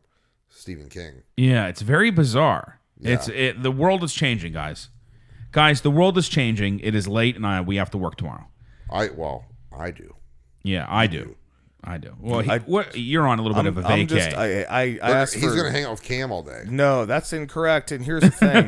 Stephen King.
Yeah, it's very bizarre. It's it the world is changing, guys. Guys, the world is changing. It is late and I we have to work tomorrow.
I well, I do.
Yeah, I do. I do. Well, he, what, you're on a little bit of a vacay.
I'm just I I, I asked
He's
for-
gonna hang out with Cam all day.
No, that's incorrect. And here's the thing.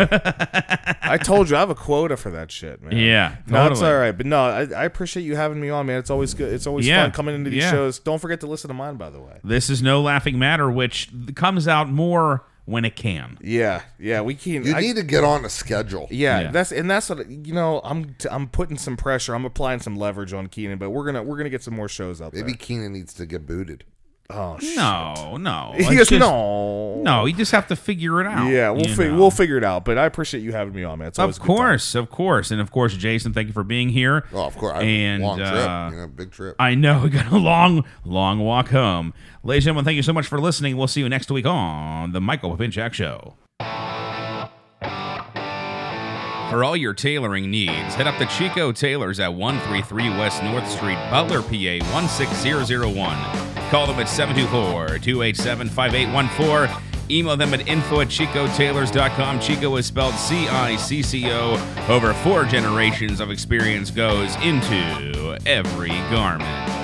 <laughs>
I told you I have a quota for that shit, man.
Yeah,
No, it's
totally.
all right. But no, I, I appreciate you having me on, man. It's always good. It's always
Yeah,
fun coming into these
yeah.
shows. Don't forget to listen to mine, by the way.
this is no laughing matter, which comes out more when it can.
Yeah, yeah. We can.
You
I-
need to get on a schedule.
yeah,
Yeah.
that's and that's what you know. I'm t- I'm putting some pressure. I'm applying some leverage on Keenan, but we're gonna we're gonna get some more shows up.
Maybe Keenan needs to get booted.
there. oh shit.
No, no.
<laughs> He
It's
goes,
just-
no,
No, you just have to figure it out.
Yeah, we'll
you
fi-
know.
we'll figure it out. But I appreciate you having me on, man. It's always
Of
a good time.
course, of course, and of course, Jason. Thank you for being here.
Oh, of course. I-
And,
long trip,
uh,
you know, big trip.
I know <laughs> we got a long, long walk home, ladies and gentlemen. Thank you so much for listening. We'll see you next week on the Michael Pinchak Show. For all your tailoring needs, head up to Chico Tailors at 133 West North Street, Butler, PA 16001. Call them at 724 287 5814 Email them at info at chicotailors.com. Chico is spelled C I C C O. Over four generations of experience goes into every garment.